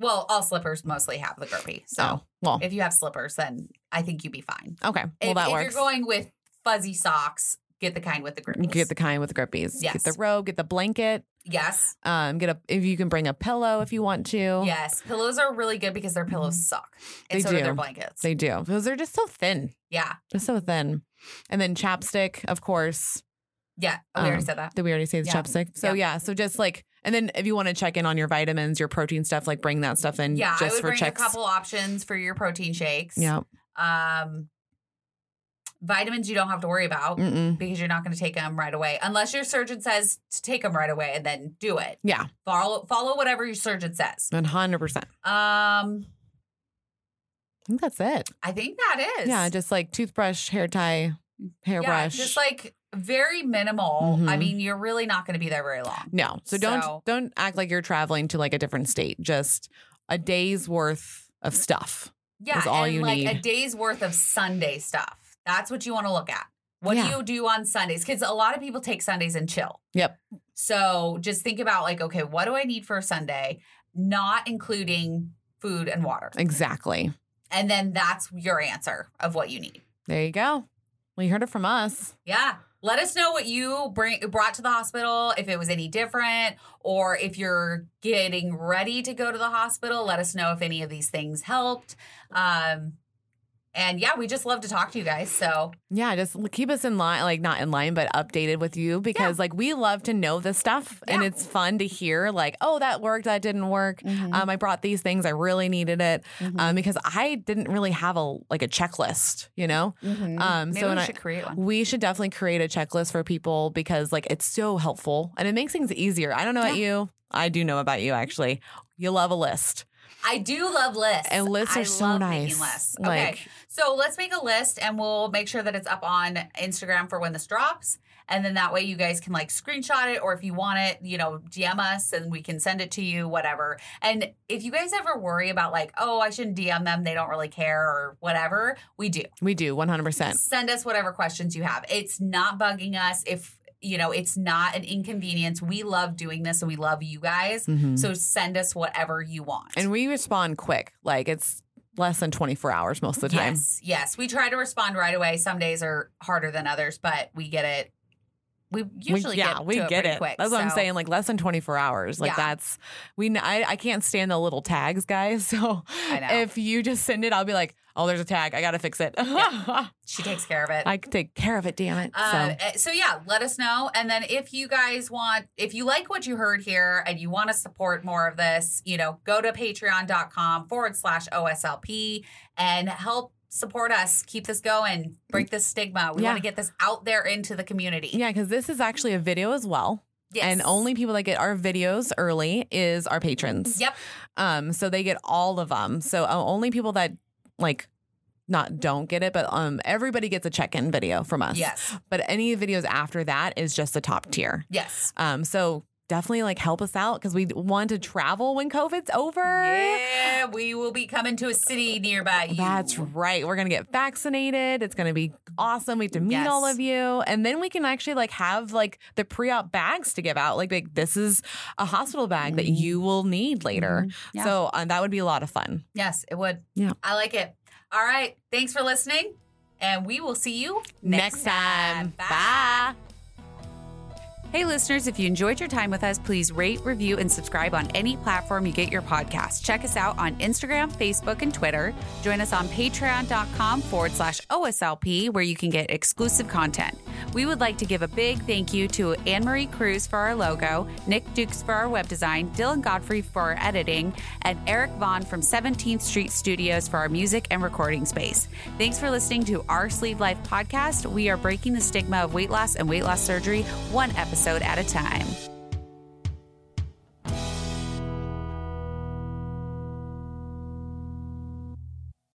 S3: Well, all slippers mostly have the grippy. So
S1: So, well,
S3: if you have slippers, then I think you'd be fine.
S1: okay. Well,
S3: if
S1: that
S3: if
S1: works.
S3: you're going with fuzzy socks, get the kind with the grippies.
S1: get the kind with the grippies. Get
S3: Yes.
S1: the robe, get the blanket.
S3: yes,
S1: Um, get a if you can bring a pillow if you want to.
S3: yes. Pillows are really good because their pillows suck, and
S1: Oh. Mm-hmm. They
S3: so
S1: do.
S3: do their blankets.
S1: They do. Because they're just so thin.
S3: yeah,
S1: Just so thin. And then chapstick, of course.
S3: yeah. Oh, we
S1: Um,
S3: already said that.
S1: Did we already say the
S3: Yeah.
S1: chapstick? So yeah. So just like and then if you want to check in on your vitamins, your protein stuff, like bring that stuff in
S3: Yeah, I
S1: just
S3: would
S1: for
S3: bring
S1: checks.
S3: a couple options for your protein shakes.
S1: yeah.
S3: Um, vitamins you don't have to worry about
S1: Mm-mm.
S3: because you're not going to take them right away unless your surgeon says to take them right away and then do it.
S1: Yeah.
S3: Follow follow whatever your surgeon says.
S1: One hundred percent.
S3: Um,
S1: I think that's it.
S3: I think that is.
S1: Yeah, just like toothbrush, hair tie,
S3: yeah,
S1: hairbrush.
S3: just like very minimal. I
S1: Mhm.
S3: mean, you're really not going to be there very long.
S1: No. So don't
S3: So-
S1: don't act like you're traveling to like a different state. Just a day's worth of stuff.
S3: Yeah,
S1: Is all
S3: and
S1: you
S3: like a
S1: need.
S3: day's worth of Sunday stuff. That's what you want to look at. What
S1: Yeah.
S3: do you do on Sundays? Because a lot of people take Sundays and chill.
S1: Yep.
S3: So just think about like, okay, what do I need for a Sunday? Not including food, and water.
S1: Exactly.
S3: And then that's your answer of what you need.
S1: There you go. Well, you heard it from us.
S3: Yeah. Let us know what you bring brought to the hospital, if it was any different, or if you're getting ready to go to the hospital. Let us know if any of these things helped. Um, and yeah, we just love to talk to you guys. So
S1: Yeah, just l- keep us in line, like not in line, but updated with you because like we love to know this stuff and
S3: Yeah. Mm-hmm.
S1: it's fun to hear like, oh, that worked, that didn't work. Um, I brought these things, I really needed it um, because I didn't really have a like a checklist, you know. Um,
S3: Mm-hmm. maybe
S1: so
S3: we
S1: and I-
S3: should create one.
S1: we should definitely create a checklist for people because like it's so helpful and it makes things easier. I don't know about you, I do know about you actually. You love a list.
S3: I do love lists.
S1: And lists
S3: I
S1: are so
S3: love
S1: nice.
S3: making lists. okay.
S1: Like-
S3: So let's make a list and we'll make sure that it's up on Instagram for when this drops. And then that way you guys can like screenshot it or if you want it, you know, DM us and we can send it to you, whatever. And if you guys ever worry about like, oh, I shouldn't DM them, they don't really care or whatever, we do.
S1: We do 100%.
S3: Send us whatever questions you have. It's not bugging us if you know, it's not an inconvenience. We love doing this and we love you guys.
S1: Mhm.
S3: So send us whatever you want.
S1: And we respond quick. Like it's less than 24 hours most of the time.
S3: Yes, yes. We try to respond right away. Some days are harder than others, but we get it. We usually
S1: we, yeah,
S3: get
S1: we get
S3: to it, pretty
S1: it.
S3: quick.
S1: that's what I'm
S3: so-
S1: saying. Like less than 24 hours. Like
S3: Yeah.
S1: that's we. kn- I, I can't stand the little tags, guys. So
S3: I know.
S1: if you just send it, I'll be like, oh, there's a tag. I gotta fix it.
S3: She takes care of it.
S1: I can take care of it. Damn it.
S3: Uh,
S1: so
S3: eh, so yeah, let us know. And then if you guys want, if you like what you heard here and you want to support more of this, you know, go to patreon.com forward slash OSLP and help support us. Keep this going. Break this stigma. We
S1: Yeah.
S3: want to get this out there into the community.
S1: yeah, because this is actually a video as well.
S3: Yes.
S1: And only people that get our videos early is our patrons.
S3: Yep.
S1: Um, so they get all of them. So uh, only people that like not don't get it, but um, everybody gets a check-in video from us.
S3: Yes.
S1: But any videos after that is just the top tier.
S3: Yes.
S1: Um, so definitely like help us out because we want to travel when COVID's over.
S3: Yeah, we will be coming to a city nearby you.
S1: That's right. We're gonna get vaccinated. It's gonna be awesome. We have to meet
S3: Yes.
S1: all of you, and then we can actually like have like the pre-op bags to give out. Like, like this is a hospital bag that you will need later.
S3: Mm-hmm. Yeah.
S1: So uh, that would be a lot of fun.
S3: Yes, it would.
S1: Yeah.
S3: I like it. All right. Thanks for listening. And we will see you
S1: Next time.
S3: Bye. Hey, listeners, if you enjoyed your time with us, please rate, review, and subscribe on any platform you get your podcast. Check us out on Instagram, Facebook, and Twitter. Join us on patreon.com forward slash OSLP, where you can get exclusive content. We would like to give a big thank you to Anne Marie Cruz for our logo, Nick Dukes for our web design, Dylan Godfrey for our editing, and Eric Vaughn from 17th Street Studios for our music and recording space. Thanks for listening to our Sleeve Life podcast. We are breaking the stigma of weight loss and weight loss surgery one episode at a time.